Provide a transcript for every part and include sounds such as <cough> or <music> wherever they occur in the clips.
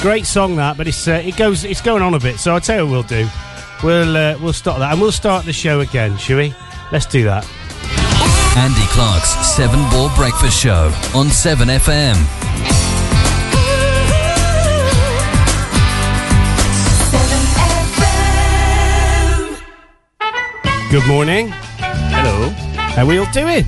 Great song that, but it's uh, it goes it's going on a bit. So I'll tell you what we'll do. We'll uh, we'll stop that and we'll start the show again, shall we? Let's do that. Andy Clark's Seven Ball Breakfast Show on 7FM. Good morning. Hello. How we all doing?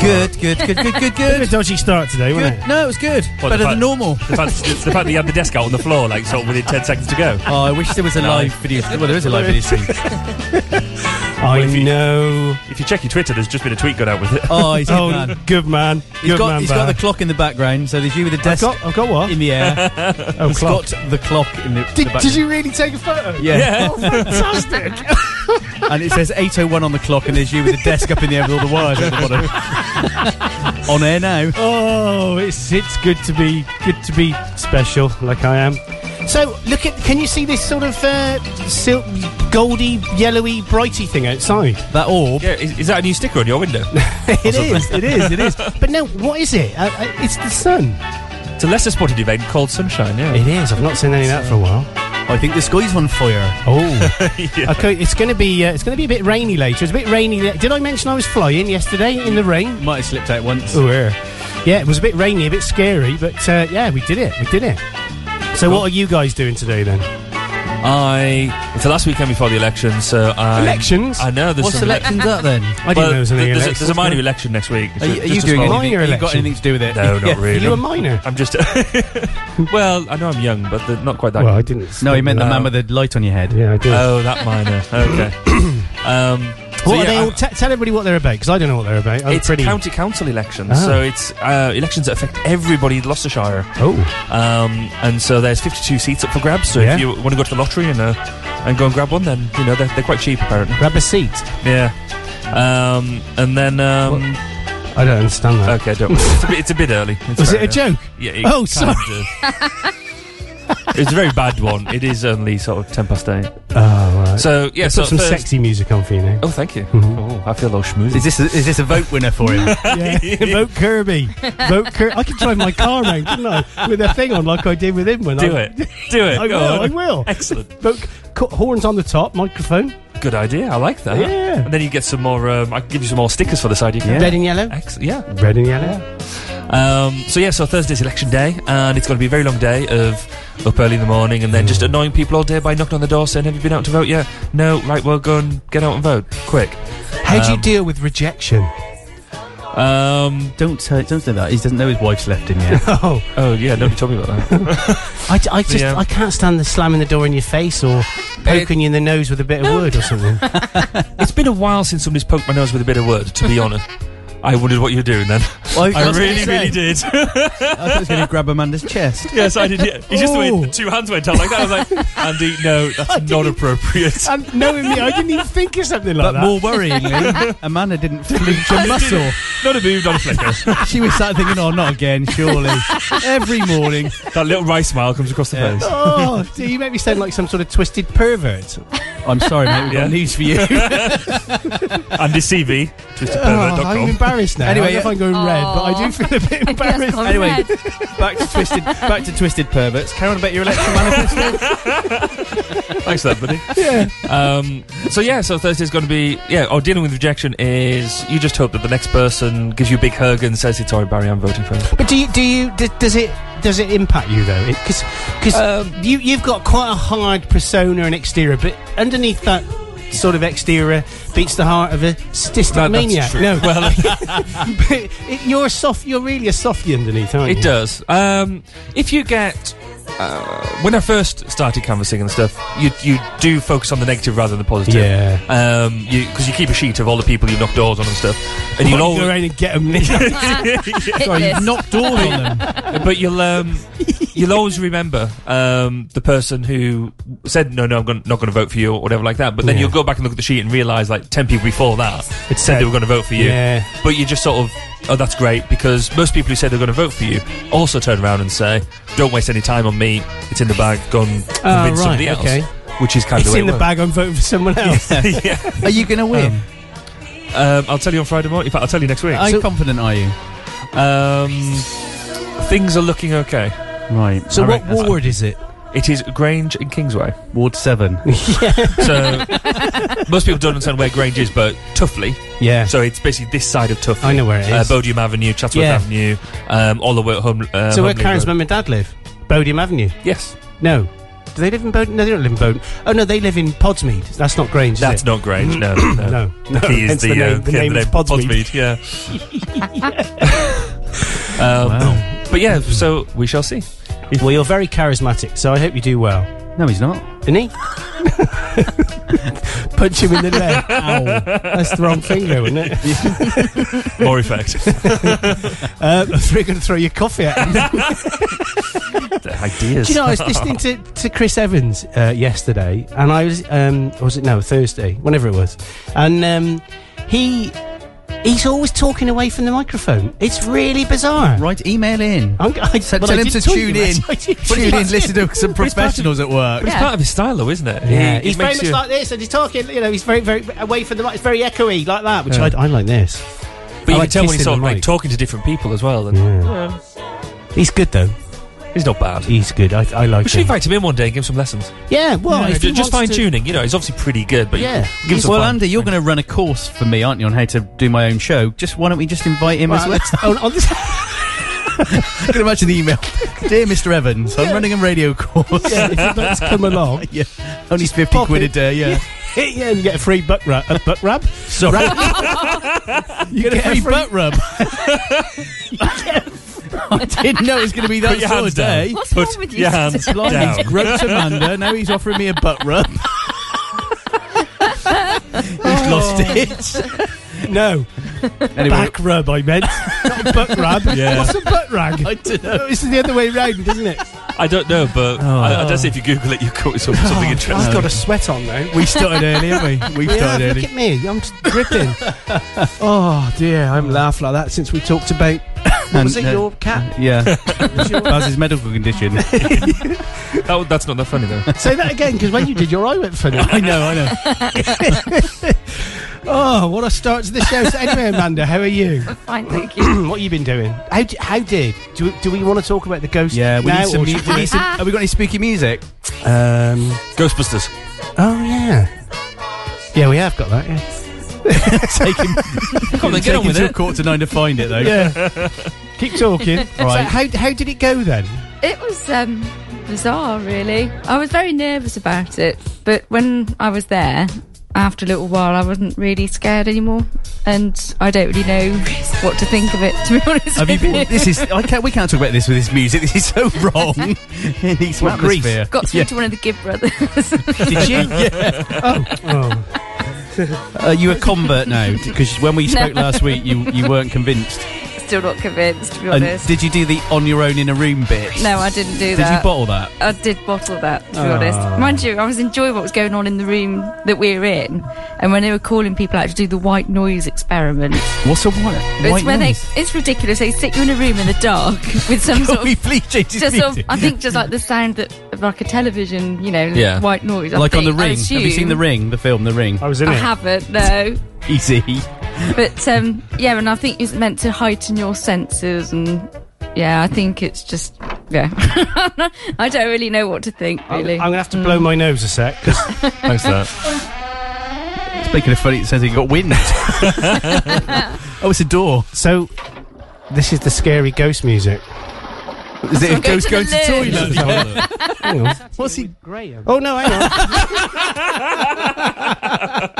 Good, good, good, good, good, Bit of a good. dodgy start today, wasn't good. No, it was good. What, the Better than fact- normal. The fact, the fact that you had the desk out on the floor, like, sort of within 10 seconds to go. Oh, I wish there was a live video. Well, there is a live <laughs> video stream. it? I Oh, if you- know. If you check your Twitter, there's just been a tweet gone out with it. Oh, he's a good Oh, man. good man. He's good got, man. he's got the Barry. clock in the background, so there's you with the I've desk got, I've got what? in <laughs> the air. oh, He's clock. got the clock in the, the Did, background. did you really take a photo? Oh, Yeah. Fantastic. and it says 8.01 on the clock, and there's you with the desk up in the air with all the wires at the bottom. <laughs> on air now. Oh, it's it's good to be good to be special like I am. <laughs> So look at can you see this sort of uh, silk, goldy, yellowy, brighty thing outside? That orb. Yeah, is, is that a new sticker on your window? It is, it is, it is. But no, what is it? Uh, uh, it's the sun. it's a lesser spotted event called Sunshine, yeah. It is. I've not seen any of that for a while. I think the sky's on fire. Oh, <laughs> <laughs> Yeah. okay. It's going to be uh, it's going to be a bit rainy later. It's a bit rainy. le- Did I mention I was flying yesterday in the rain? Might have slipped out once. Oh, yeah. Yeah, it was a bit rainy, a bit scary, but uh, yeah, we did it. We did it. So, what are you guys doing today then? I. It's the last weekend before the election, so I. Elections? I know there's What's some. selection's that then? I didn't know there was anything there's, a- elections. there's a minor election next week. Are, you- Just- are you just a doing small- small- anything? Minor Have you got election. anything to do with it? No, not Are really. you a minor? I'm just. <laughs> well, I know I'm young, Um, but they're not quite that. Well, I didn't. No, he meant the No. man with the light on your head. Yeah, I did. oh, that minor. Okay. um, so <coughs> what are yeah, they I- all, t- tell everybody what they're about, because I don't know what they're about. I'm it's pretty. county council elections, Ah. so it's uh, elections that affect everybody in Gloucestershire. oh, Um, and so there's 52 seats up for grabs. So Yeah. if you want to go to the lottery and uh, and go and grab one, then you know they're, they're quite cheap apparently. grab a seat. Yeah. Um, and then um, I don't understand that. okay, don't. Worry. It's, a bit, it's a bit early. It's Was fair it a enough. joke? Yeah. Oh, kind sorry. of- it's a very bad one. It is only sort of ten past eight. Oh, right. So yeah, Put so some Thurs- <laughs> sexy music on for you now. Oh, thank you. Mhm. Oh, I feel a little schmoozy. Is this a, is this a vote winner for <laughs> him? Yeah. Vote Kirby. Vote Kirby. I could drive my car around, couldn't I? With a thing on, like I did with him when Do I. it. Do it. <laughs> I go will. I on. will. Excellent. Vote, co- horns on the top, microphone. Good idea. I like that. Yeah. And then you get some more. Um, I can give you some more stickers for the side. You can. Yeah. Red and yellow. Excellent. Yeah. Red and yellow. Um, so yeah, so Thursday's election day, and it's going to be a very long day of up early in the morning and then Mm. just annoying people all day by knocking on the door saying, "Have you been out to vote yet?" No, right, well, go and get out and vote quick. How do you Um, deal with rejection? Um, don't tell, don't say that. He doesn't know his wife's left him yet. <laughs> Oh, oh yeah, nobody told me <laughs> about that. I, d- I just Yeah. I can't stand the slamming the door in your face or poking you in the nose with a bit of wood or something. <laughs> it's been a while since somebody's poked my nose with a bit of word. To <laughs> be honest, I wondered what you were doing then. I really, really did. <laughs> I thought he was going to grab Amanda's chest. <laughs> yes, I did. Yeah. It's just the way Ooh. the two hands went out like that. I was like, Andy, no, <laughs> that's not appropriate. Um, and knowing me, I didn't even think of something like that. But more <laughs> <laughs> worryingly, Amanda didn't flinch a muscle. Not a move, not a flicker. <laughs> She was sat thinking, "Oh, not again, <laughs> surely." Every morning, that little wry smile comes across the Yeah. face. oh, <laughs> do you make me sound like some sort of twisted pervert? I'm sorry, mate. We've Yeah. got news for <laughs> you. Andy CV, Oh, twistedpervert.com. I'm embarrassed now. Anyway, I don't know if I'm going red, but I do feel a <laughs> bit embarrassed. Anyway, <laughs> back to twisted, back to twisted perverts. Karen, about <laughs> your election manifesto. Thanks for that, buddy. yeah. Um, so yeah, so Thursday's going to be yeah. Or dealing with rejection is you just hope that the next person gives you a big hug and says, "It's all right, Barry, I'm voting for him." But do you do you d- does it does it impact you though? Because because you you've got quite a hard persona and exterior, but underneath that sort of exterior beats the heart of a statistic No, that's maniac. true. No, <laughs> well, <laughs> it, you're a soft. You're really a softie underneath, aren't you? It does. Um, if you get uh, when I first started canvassing and stuff, you you do focus on the negative rather than the positive. Yeah. Um, because you, keep a sheet of all the people you've knocked doors on and stuff, and You you'll always, go around and <laughs> get 'em, Nick. Sorry, you've knocked doors on them. but you'll um, you'll always remember um, the person who said no, no, I'm gonna, not going to vote for you or whatever like that. But then Yeah. you'll go back and look at the sheet and realise like ten people before that It said said- they were going to vote for you. Yeah. But you just sort of, oh, that's great because most people who say they're going to vote for you also turn around and say, don't waste any time on me. It's in the bag. Go and convince Oh, right, somebody else. okay. Which is kind It's of in the bag. I'm voting for someone else. bag. <laughs> yeah. Are you going to win? Um, I'll tell you on Friday morning. In fact, I'll tell you next week. How confident are you? Um, things are looking okay. Right. So I what reckon that's- ward is it? It is Grange and Kingsway. Ward <laughs> 7. So most people don't understand where Grange is, but Tuffley. Yeah. So it's basically this side of Tuffley. I know where it Uh, is. Bodiam Avenue, Chatsworth Yeah. Avenue, um, all the way at home. Uh, so where Holmley Karen's Road. mum and dad live? Bodiam Avenue. Yes, No. Do they live in Bowden? No, they don't live in Bowden. Oh no, they live in Podsmead. That's not Grange. is that's it? not Grange. <clears throat> No, no. no. The key is hence the, the uh, name. The key name the is Podsmead. Podsmead, Yeah. <laughs> um, Wow. But yeah, so we shall see. Well, you're very charismatic, so I hope you do well. No, he's not. Isn't he? <laughs> Punch him in <laughs> the leg. Ow. That's the wrong finger, isn't it? More effect. <laughs> Uh, <laughs> we're going to throw your coffee at him. The ideas. Do you know, I was <laughs> listening to, to Chris Evans uh, yesterday, and I was, um, or was it no Thursday, whenever it was, and um, he he's always talking away from the microphone. It's really bizarre. Right, email in. I'm, I, So, well, tell I him did to tell you tune that. in. <laughs> I did Tune tell in, you. listen to <laughs> some professionals at work. It's Yeah. part of his style, though, isn't it? Yeah, He- he he's very makes much you- like this, and he's talking. You know, he's very, very away from the mic. It's very echoey, like that. Which Yeah. I, I like this. But I you like can tell when he's kissing sort of the like mic. talking to different people as well. And Yeah. He's good though. He's not bad. He's good. I, I like We should him. invite him in one day and give him some lessons. Yeah. Well, Yeah, if ju- he just fine wants to- tuning. You know, he's obviously pretty good, but Yeah. give him some well, fun. Andy, you're going to run a course for me, aren't you, on how to do my own show? Just why don't we just invite him as Well, well? on, <laughs> on this, I can imagine the <laughs> email. Dear Mr. Evans, I'm running a radio course. yeah, if he'd like to <laughs> come along, yeah, only Just fifty pop quid it. a day. uh, Yeah, <laughs> yeah, and you get a free butt rub. A butt rub. sorry. <laughs> you get, a free butt rub. <laughs> I didn't know it was going to be that Put your sort hands of day. down. What's Put wrong with you your hands today? down. Blimey, <laughs> he's groped Amanda. Now he's offering me a butt rub. he's Oh. lost it. No, Anyway, back rub. I meant not a butt rub. <laughs> Yeah. What's a butt rag? I don't know. This is the other way round, isn't it? I don't know, but Oh. I, I don't see if you Google it, you caught some, something interesting. Oh. I've got a sweat on now. We started early, haven't we? We Yeah, started look early. at me. I'm just dripping. <laughs> oh dear, I haven't laughed like that since we talked about. What And, was it uh, your cat? <laughs> Yeah, that's his medical condition. That w- that's not that funny though. <laughs> Say that again, because when you did your eye went funny. <laughs> I know, I know. <laughs> Oh, what a start to the show. So anyway, Amanda, how are you? Fine, thank you. <clears throat> what have you been doing? How, d- how did? Do, we- do we want to talk about the ghost? Yeah, we now, need some. or mu- should we need some- Have we got any spooky music? Um, Ghostbusters. oh, yeah. Yeah, we have got that, yeah. <laughs> Take him. <laughs> Come on, Take get on him with till it. quarter to nine to find it, though. Yeah. <laughs> Keep talking. <laughs> Right. So how, how did it go then? It was um, bizarre, really. I was very nervous about it, but when I was there, after a little while, I wasn't really scared anymore, and I don't really know what to think of it. To be <laughs> honest, Have you with been? This is. I can't. We can't talk about this with this music. This is so <laughs> wrong. <laughs> it needs some What, Greece? atmosphere. Got through to one of the Gibb brothers. Did <laughs> you? Oh, <laughs> Are you a convert now? Because when we spoke last week, you you weren't convinced. Still not convinced, to be And honest. did you do the on your own in a room bit? no, I didn't do Did that. you bottle that? Ah. I did bottle that, to be honest. Mind you, I was enjoying what was going on in the room that we were in, and when they were calling people out to do the white noise experiment, What's a white? it's white when noise? they it's ridiculous. They stick you in a room in the dark <laughs> with some Can sort we of. please change this Just sort of, music? I think just like the sound that like a television, you know, Yeah. white noise. I Like on think, the I ring. Have you seen assume. the ring? The film, The Ring. I was in I it. haven't, no. <laughs> Easy. But um, yeah, and I think it's meant to heighten your senses, and yeah, I think it's just yeah. I don't really know what to think Oh. I'm, really. going to have to blow my nose a sec, <laughs> 'cause Thanks for that. Speaking of funny, it sounds like you got <laughs> wind. oh, it's a door. So, this is the scary ghost music. Is it a I'm going ghost to going the to loo. <laughs> toilet? <laughs> Hang on. What's he? Graham. Oh no, hang on. <laughs>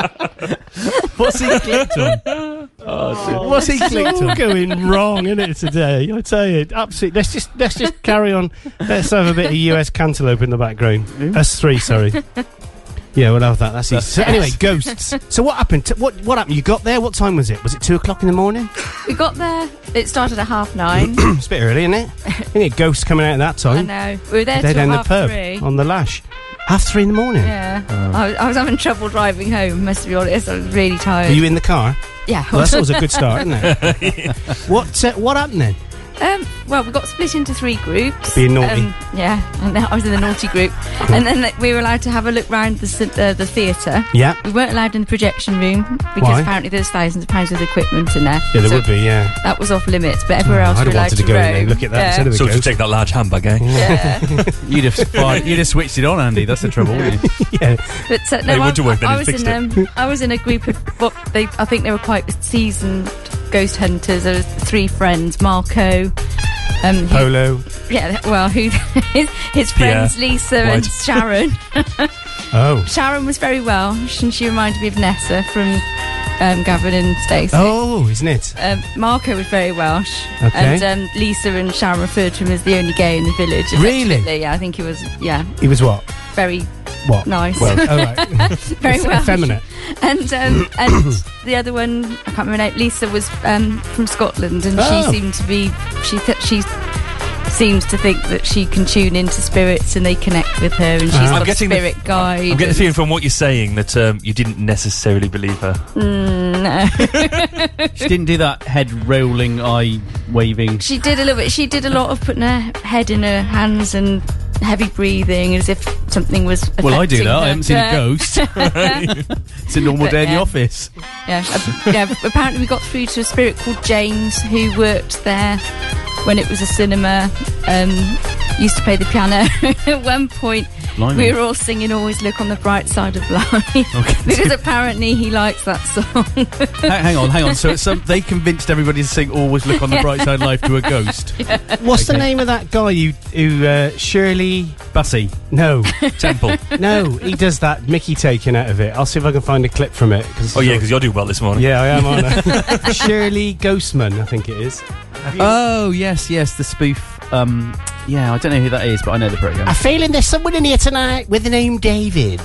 What's he clicked <laughs> on? Oh, what's he clicked it's all on? going wrong, isn't it today? I tell you, absolutely. Let's just let's just carry on. Let's have a bit of US cantaloupe in the background. Us <laughs> three, sorry. Yeah, we'll have that. That's easy. So anyway, ghosts. So what happened? To, what what happened? You got there. What time was it? Was it two o'clock in the morning? <laughs> We got there. It started at half <clears throat> nine. it's a bit early, isn't it? Isn't it ghosts coming out at that I time? know. We were there They're till down the half pub three. on the lash. Half three in the morning. Oh. Yeah. I, was, I was having trouble driving home. Must be honest. I was really tired. Were you in the car? yeah. <laughs> Well, that's always a good start, isn't it? what uh, what happened then? um, well, we got split into three groups. Um, Being naughty. yeah, and I was in the naughty group, and then like, we were allowed to have a look round the cin- uh, the theatre. Yeah. We weren't allowed in the projection room because Why? apparently there's thousands of pounds of equipment in there. Yeah, there So would be, yeah. That was off limits, but everywhere else I'd we were have allowed wanted to go in there roam. and look at that instead of a So ghost. just take that large handbag, eh? yeah. <laughs> <laughs> You'd have, fired, you'd have switched it on, Andy. That's the trouble, wouldn't you? yeah. But uh, They no, I, went to work, then I he was fixed in um, I was in a group of what they I think they were quite seasoned ghost hunters. There was three friends, Marco. Um, who, Polo. yeah, well, who <laughs> his, his Pierre friends Lisa and White. Sharon. Oh. Sharon was very Welsh, and she reminded me of Nessa from um, Gavin and Stacey. Oh, isn't it? Um, Marco was very Welsh, Okay. and um, Lisa and Sharon referred to him as the only gay in the village. Really? effectively. Yeah, I think he was. Yeah, He was what? very, What? Nice. Well, oh, <laughs> right. very Welsh. Effeminate. And um, and the other one, I can't remember her name. Lisa was um, from Scotland, and Oh. she seemed to be she th- she seems to think that she can tune into spirits and they connect with her, and she's Ah. I'm got a getting the- spirit guide. I'm getting the and- feeling from what you're saying that um, you didn't <laughs> necessarily believe her. Mm, no, She didn't do that head rolling, eye waving. she did a little bit. She did a lot of putting her head in her hands and heavy breathing, as if something was. Well, I do affecting that. I her. haven't seen a Yeah. ghost. <laughs> it's a normal But, day in the yeah. <laughs> office. Yeah, <laughs> ap- yeah. Apparently, we got through to a spirit called James, who worked there when it was a cinema. Um, used to play the piano. <laughs> At one point, Blimey. we were all singing "Always Look on the Bright Side of <laughs> Life" because apparently he likes that song. Ha- hang on, hang on. So it's some, they convinced everybody to sing "Always Look on <laughs> the Bright Side of Life" to a ghost. <laughs> What's the Okay. name of that guy you, who, uh, Shirley? Bussy. <laughs> No, Temple. no, he does that Mickey taking out of it. I'll see if I can find a clip from it. oh, yeah, because you're doing well this morning. Yeah, I am, <laughs> aren't <laughs> I? Shirley Ghostman, I think it is. Oh yes, yes, the spoof. Um, yeah, I don't know who that is, but I know the program. feeling there's someone in here tonight with the name David.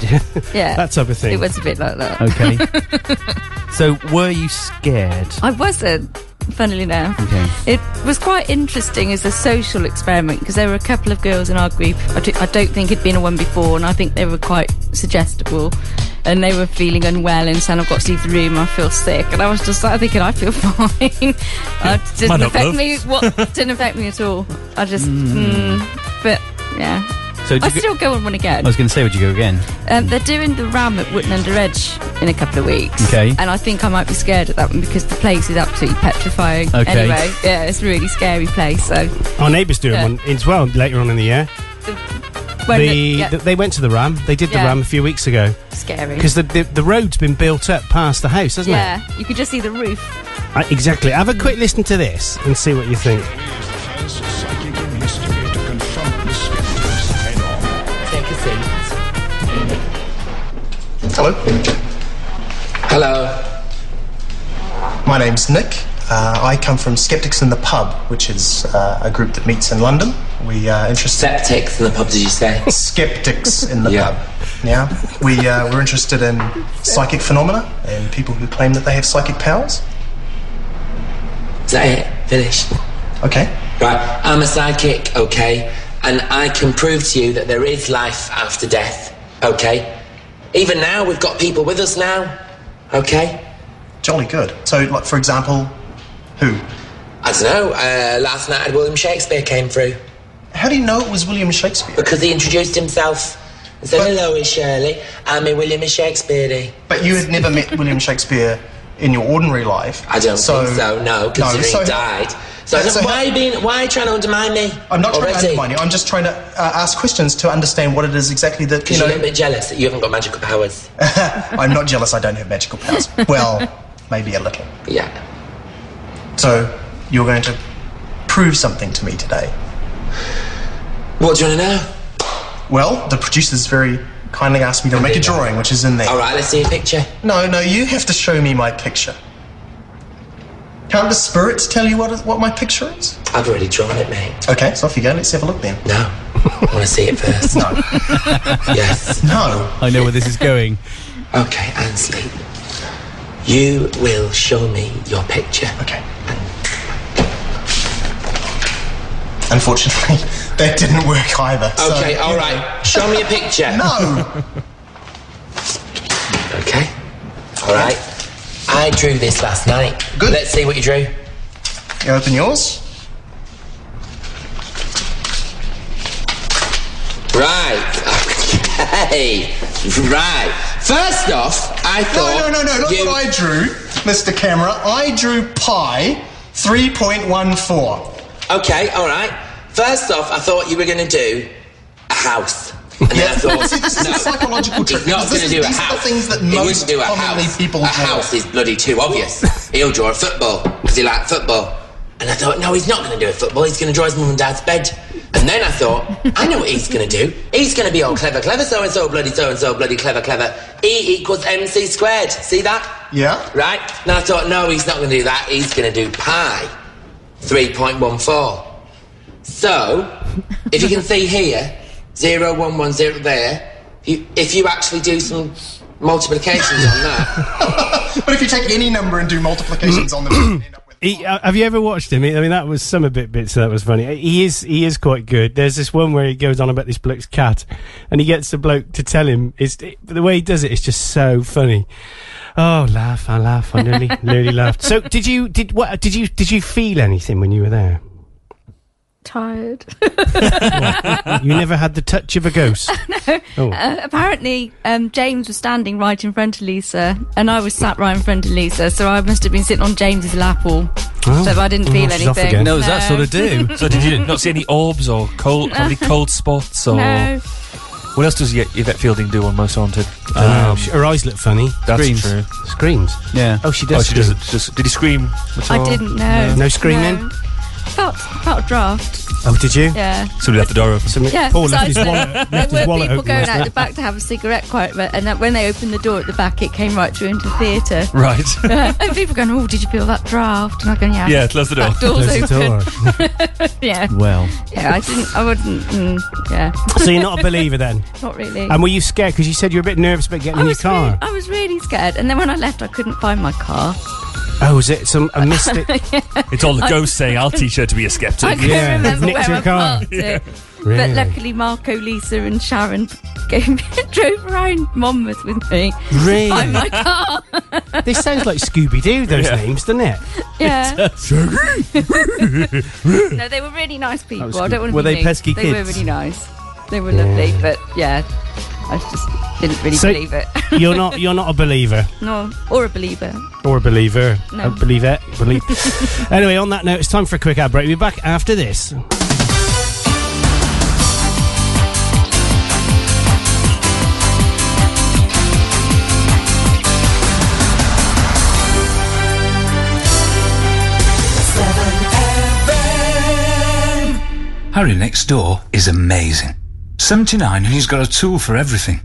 <laughs> yeah, that type of it thing. was a bit like that. Okay. <laughs> so were you scared? I wasn't. Funnily enough, Okay. it was quite interesting as a social experiment because there were a couple of girls in our group. I, do, I don't think had been a one before, and I think they were quite suggestible. And they were feeling unwell and saying, "I've got to leave the room. I feel sick." And I was just like, thinking, "I feel <laughs> fine. uh, it Might didn't not affect love. me. What didn't affect me at all? I just, mm. but yeah, So I did you Oh, go- still go on one again." I was going to say, would you go again? Um, they're doing the Ram at Wootton Under Edge in a couple of weeks. Okay. And I think I might be scared at that one because the place is absolutely petrifying. Okay. Anyway, yeah, it's a really scary place. So Our neighbour's doing Yeah. one as well later on in the year. when the, the, yeah, th- they went to the Ram. They did the Yeah. Ram a few weeks ago scary. because the, the the road's been built up past the house, hasn't it? Yeah, you could just see the roof. Uh, exactly. Have a quick listen to this and see what you think. Hello. Hello. Uh, My name's Nick. Uh, I come from Skeptics in the Pub, which is uh, a group that meets in London. We are interested Septics in the pub, did you say? skeptics in the Yeah. pub. Yeah, we uh, we're interested in psychic phenomena and people who claim that they have psychic powers. Is that it? Finished. Okay. Right, I'm a psychic, okay? And I can prove to you that there is life after death, okay? Even now, we've got people with us now, okay? Jolly good. So, like for example, who? I don't know, uh, last night William Shakespeare came through How do you know it was William Shakespeare? because he introduced himself and said, But- Hello, it's Shirley. I'm a William Shakespeare. But you had never met William Shakespeare in your ordinary life. I don't think so, no, considering so- he died. So, I don't- so- why, are you being, why are you trying to undermine me? I'm not trying to already? undermine you. I'm just trying to uh, ask questions to understand what it is exactly that you Because you're a know. little bit jealous that you haven't got magical powers. I'm not jealous. I don't have magical <laughs> powers. well, maybe a little. yeah. So you're going to prove something to me today. What do you want to know? Well, the producers very kindly asked me to make a drawing, which is in there. All right, let's see a picture. No, no, you have to show me my picture. Can't the spirits tell you what is, what my picture is? I've already drawn it, mate. Okay, so off you go. Let's have a look then. No, I want to see it first. <laughs> No, yes. no. I know where this is going. Okay, Ansley. You will show me your picture. Okay. Unfortunately, <laughs> that didn't work either. so- Okay, all right. Show me a picture. No. Okay. All right. I drew this last night. Good. Let's see what you drew. You open yours. E. <laughs> Right. First off, I No, thought. no, no, no, not you- what I drew, Mr. Camera. I drew pi 3.14. Okay, all right. First off, I thought you were going to do a house. And then I <laughs> thought, See, this is a no, psychological trick. he's not because this going is- to do a these are house. things that he most wouldn't do a commonly house. people a draw. house is bloody too obvious. He'll draw a football because he liked football. And I thought, no, he's not going to do a football. He's going to draw his mum and dad's bed. And then I thought, I know what he's going to do. He's going to be all clever, clever, so and so, bloody so and so, bloody clever, clever. E equals MC squared. See that? Yeah. Right? And I thought, no, he's not going to do that. He's going to do pi 3.14. So, if you can see here, 0110 there, you, if you actually do some multiplications on that, But if you take any number and do multiplications on them, you end up with. He, uh, have you ever watched him? I mean, that was some a bit bits that was funny. He is he is quite good. There's this one where he goes on about this bloke's cat, and he gets the bloke to tell him. It's it, the way he does it. It's just so funny. Oh, laugh! I laugh! I nearly nearly laughed. So, did you did what did you did you feel anything when you were there? <laughs> Tired. You never had the touch of a ghost. Oh, Uh, apparently, um, James was standing right in front of Lisa, and I was sat right in front of Lisa, so I must have been sitting on James's lap all. Oh. So I didn't Oh, feel she's off anything. again. No, does that sort of <laughs> do? So did you not see any orbs or cold, have any cold spots or No. what else does Ye- Yvette Fielding do on Most Haunted? <laughs> Dunno. Um, She- her eyes look funny. that's screams. true. Screams. Yeah. Oh, she Oh, does. she scream. doesn't. Just, did he scream? At all? I didn't know. No screaming? No. Felt, felt a draft. Oh, did you? Yeah. Somebody left the door open. Somebody- Yeah. Paul left his precisely. wallet. <laughs> There Left his were wallet people open going last out night. the back to have a cigarette quite a bit, and that when they opened the door at the back, it came right through into the <laughs> theatre. Right. <laughs> and people going, oh, did you feel that draft? And I'm going, yeah. yeah, close the door. Back door's Close the open. door. <laughs> Yeah. Well, Yeah, I didn't, I wouldn't, mm, yeah, so you're not a believer then? <laughs> Um, not really. And were you scared? Because you said you were a bit nervous about getting I in your was, car. Really, I was really scared, and then when I left, I couldn't find my car. oh, is it some a <laughs> mystic? <laughs> It's all the ghost saying, I'll teach her to be a I skeptic. can't Yeah, remember nicked where your I car. parked it. really? But luckily, Marco, Lisa, and Sharon gave me, drove around Monmouth with me. Really? Find my car. this sounds like Scooby Doo. Those Yeah. names, doesn't <laughs> it? <laughs> Yeah. no, they were really nice people. I don't want to Were be they mean. pesky They were kids? really nice. They were lovely, but yeah, I just didn't really So- believe it. <laughs> <laughs> You're not. You're not a believer no, or a believer. or a believer. No. A believer. <laughs> Believe. anyway, on that note, it's time for a quick ad break. We'll be back after this. Harry next door is amazing. 79 and he's got a tool for everything.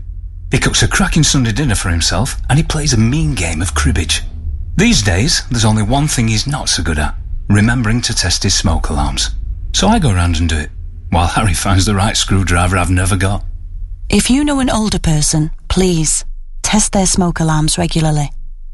He cooks a cracking Sunday dinner for himself and he plays a mean game of cribbage. These days, there's only one thing he's not so good at remembering to test his smoke alarms. So I go round and do it, while Harry finds the right screwdriver I've never got. If you know an older person, please test their smoke alarms regularly.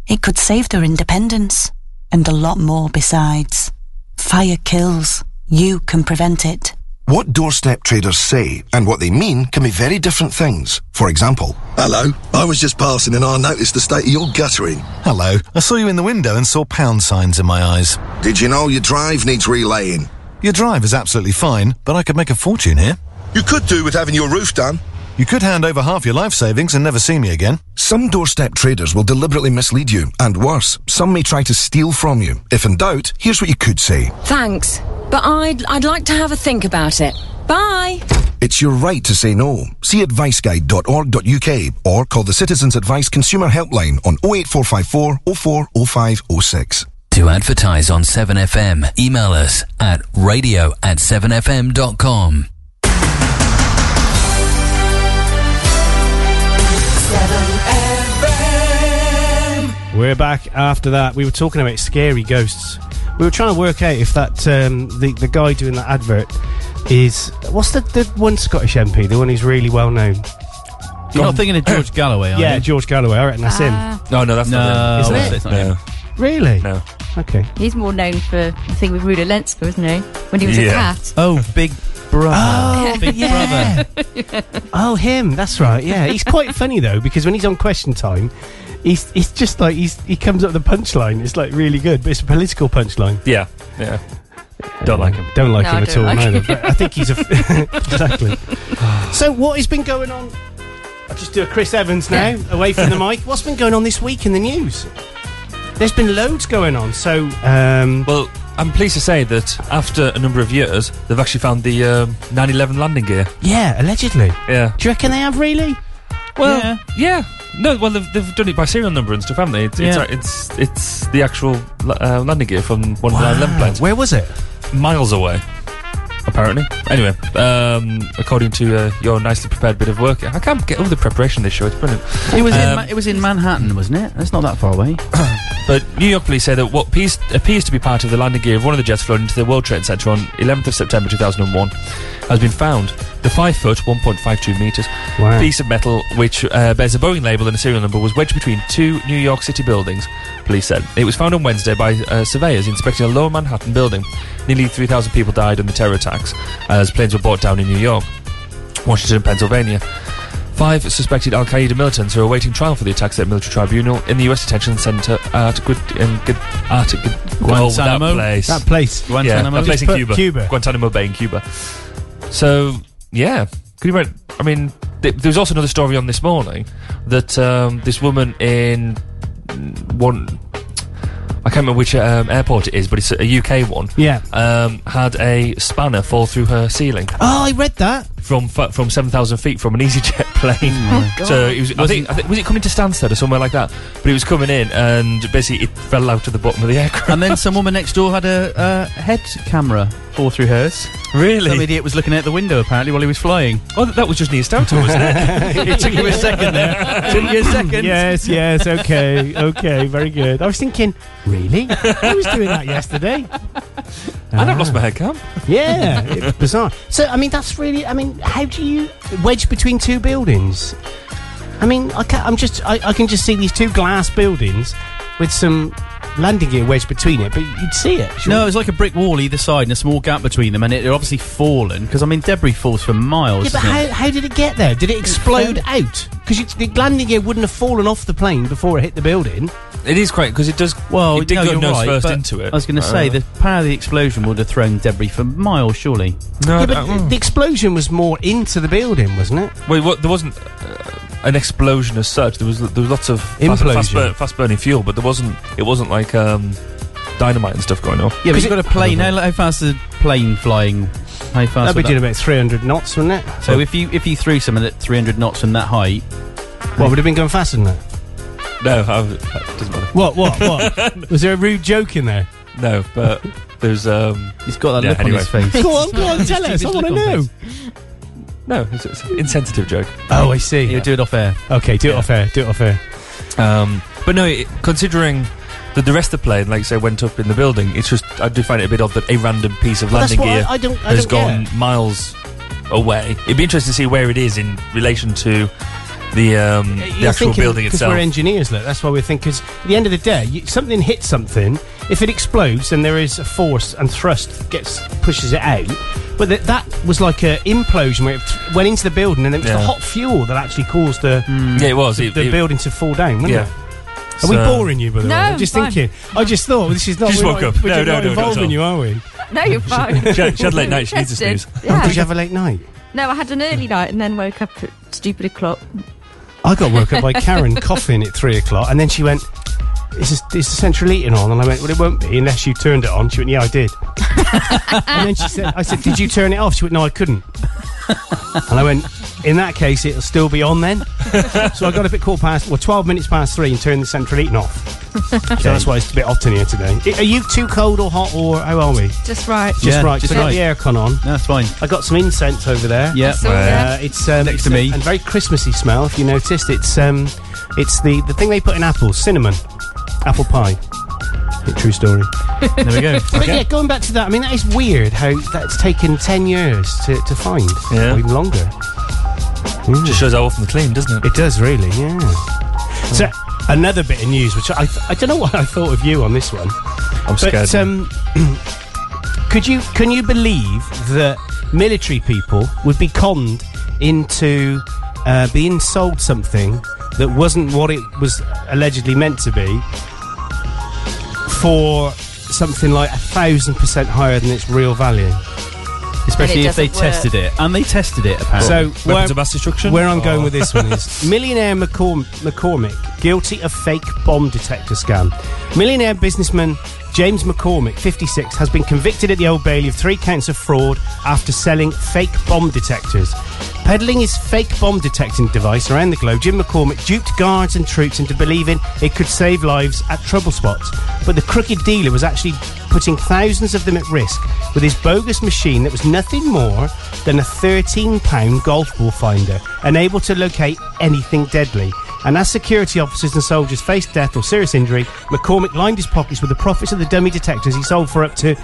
It could save their independence and a lot more besides. Fire kills. You can prevent it. What doorstep traders say and what they mean can be very different things. For example, Hello, I was just passing and I noticed the state of your guttering. Hello. Oh, I saw you in the window and saw pound signs in my eyes. Did you know your drive needs relaying? Your drive is absolutely fine, but I could make a fortune here. You could do with having your roof done. You could hand over half your life savings and never see me again. Some doorstep traders will deliberately mislead you, and worse, some may try to steal from you. If in doubt, here's what you could say Thanks, but I'd I'd like to have a think about it. Bye. It's your right to say no. See adviceguide.org.uk or call the Citizens Advice Consumer Helpline on 08454 040506. To advertise on 7FM, email us at radio at 7FM.com. We're back after that. We were talking about scary ghosts. We were trying to work out if that um, the the guy doing that advert is what's the the one Scottish MP, the one who's really well known. you're not thinking of George Galloway, are yeah, you? George Galloway. I reckon that's him. Ah, No, no, that's No, not Isn't him. it? it's not him. No, Really? no. Okay. he's more known for the thing with Rula Lenska, isn't he? When he was Yeah. a cat. Oh, Big Brother. Ah, Big Brother. <laughs> Oh, him. That's right. Yeah, he's quite funny though because when he's on Question Time, he's he's just like he's he comes up with a punchline. It's like really good, but it's a political punchline. Yeah, yeah. Don't like him. Don't like No, him I at don't all like <laughs> neither. him. But I think he's a f- exactly. so what has been going on I'll just do a Chris Evans now, away from <laughs> the mic. What's been going on this week in the news? There's been loads going on. So, um, well, I'm pleased to say that after a number of years, they've actually found the um, 9/11 landing gear. yeah, allegedly. Yeah. Do you reckon they have really? Well, yeah. No, well, they've, they've done it by serial number and stuff, haven't they? It's, Yeah. it's, it's, it's the actual uh, landing gear from one of Wow. the 9/11 planes. Where was it? Miles away, apparently. Anyway, um, according to uh, your nicely prepared bit of work, I can't get over the preparation this show. It's brilliant. It was in Um, Ma- it was in Manhattan, wasn't it? That's not that far away. <coughs> But New York police say that what appears, appears to be part of the landing gear of one of the jets flown into the World Trade Center on 11th of September 2001 has been found. The 5 foot, 1.52 meters, Wow. piece of metal which uh, bears a Boeing label and a serial number was wedged between two New York City buildings, police said. It was found on Wednesday by uh, surveyors inspecting a lower Manhattan building. Nearly 3,000 people died in the terror attacks as planes were brought down in New York. Washington, and Pennsylvania. Five suspected Al Qaeda militants who are awaiting trial for the attacks at a military tribunal in the U.S. detention center at Gu- in Gu- at Gu- oh, that Guantanamo? place. That place. Yeah, Guantanamo. that place Just in Cuba. put Cuba. Guantanamo Bay in Cuba. So, yeah. Could you write, I mean, th- there was also another story on this morning that um, this woman in one. I can't remember which um, airport it is, but it's a UK one. Yeah. Um, had a spanner fall through her ceiling Oh, I read that. from fa- from seven thousand feet from an EasyJet <laughs> plane. Oh, God. so it was. I think, I think was it coming to Stansted or somewhere like that? But it was coming in, and basically it fell out of the <laughs> bottom of the aircraft. and then some woman next door had a uh, head camera fall through hers. Really? Some idiot was looking out the window apparently while he was flying. Oh, that was just near Stoughton, wasn't <laughs> it? it took you a second there. <laughs> took you a second. Yes, yes, okay, okay, very good. I was thinking, really? Who was doing that yesterday? And I've lost my head cam. Yeah, it- bizarre. So, I mean, that's really. I mean, how do you wedge between two buildings? I mean, I can I'm just. I, I can just see these two glass buildings with some landing gear wedged between it, but you'd see it. No, it was like a brick wall either side and a small gap between them, and it had obviously fallen because I mean debris falls for miles. Yeah, but doesn't how, it? how did it get there? Did it explode out? Because the landing gear wouldn't have fallen off the plane before it hit the building. It is quite because it does. Well, it did no, go you're nose right, first but into it. Uh, I was going to say the power of the explosion would have thrown debris for miles, surely. No, yeah, but the explosion was more into the building, wasn't it? Wait, what? There wasn't uh, an explosion as such. There was there was lots of fast, Implosion. fast, burn, fast burning fuel, but there wasn't. It wasn't like um, dynamite and stuff going on. Yeah, but you've got a plane. How, how fast is a plane flying? How fast? That'd be would doing about 300 knots, wouldn't it? So if you if you threw something at 300 knots from that height, what would have been going faster than that? No, I, uh, it doesn't <laughs> matter. What, <laughs> what, what? was there a rude joke in there? <laughs> No, but there's. Um, He's got that yeah, look on anyway. his face. Go on, go on, tell us. I want to know. No, it's, it's an insensitive joke. Oh, I see. You do it off air. Okay, do it off air. Do it off air. Um, but no, it, considering that the rest of the plane, like I say, went up in the building, it's just I do find it a bit odd that a random piece of Well, that's landing what I- gear I don't- I has don't gone miles away. It'd be interesting to see where it is in relation to the um, the Uh, You're actual thinking- building 'cause itself. We're engineers, look. That's why we think. Because at the end of the day, you, something hits something. If it explodes, then there is a force and thrust that gets pushes it out. But th- that was like an implosion where it th- went into the building, and it was the Yeah. Mm. hot fuel that actually caused the Yeah, it was. the, It- the it- building to fall down. Wasn't yeah. it? Are we So- boring you, by the way? No, I'm just fine. thinking. I just thought this is not. Just we're woke not, up. We're No, just no, not no, not at involving all. you, are we? No, you're fine. She had- she had late night, she needs a Tested. snooze. Oh, did you Yeah. have a late night? No, I had an early night and then woke up at stupid o'clock. I got woke up by <laughs> Karen coughing at three o'clock, and then she went, is, this, is the central heating on? And I went, Well, it won't be unless you turned it on. She went, Yeah, I did. and then she said, I said, Did you turn it off? She went, No, I couldn't. And I went, In that case, it'll still be on then. so I got up at quarter past, well, 12 minutes past three and turned the central heating off. So that's why it's a bit hot in here today. I- are you too cold or hot, or how are we? Just right. Just right. just so right. get the aircon on. No, that's fine. I got some incense over there. Yeah. I saw uh, that. it's um, Next it's to me. a, and very Christmassy smell. If you noticed, it's um, it's the the thing they put in apples, cinnamon, <laughs> apple pie. <laughs> True story. There we go. But yeah, going back to that, I mean, that is weird how that's taken ten years to, to find, Yeah. or even longer. Just shows how often they're clean, doesn't it? Hmm. It does really, yeah. So another bit of news, which I th- I don't know what I thought of you on this one. I'm scared. But um, <clears throat> could you can you believe that military people would be conned into uh, being sold something that wasn't what it was allegedly meant to be for something like a thousand percent higher than its real value? It's especially if they tested it. And they tested it, apparently. So where- Where I'm going Or- with this one is millionaire McCorm- McCormick guilty of fake bomb detector scam. Millionaire businessman James McCormick, 56, has been convicted at the Old Bailey of three counts of fraud after selling fake bomb detectors. Peddling his fake bomb detecting device around the globe, Jim McCormick duped guards and troops into believing it could save lives at trouble spots. But the crooked dealer was actually putting thousands of them at risk with his bogus machine that was nothing more than a 13 pound golf ball finder, unable to locate anything deadly. And as security officers and soldiers faced death or serious injury, McCormick lined his pockets with the profits of the dummy detectors he sold for up to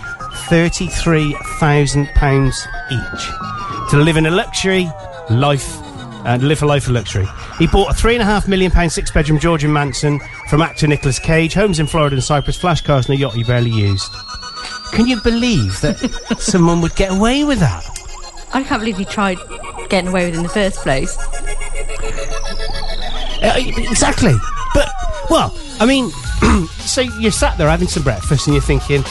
£33,000 each to live in a luxury life and live a life of luxury. He bought a three and a half million pound six bedroom Georgian mansion from actor Nicolas Cage, homes in Florida and Cyprus, flash cars and a yacht he barely used. Can you believe that someone would get away with that? I can't believe he tried getting away with it in the first place. Uh, exactly. But, well, I mean, <clears throat> so you're sat there having some breakfast and you're thinking,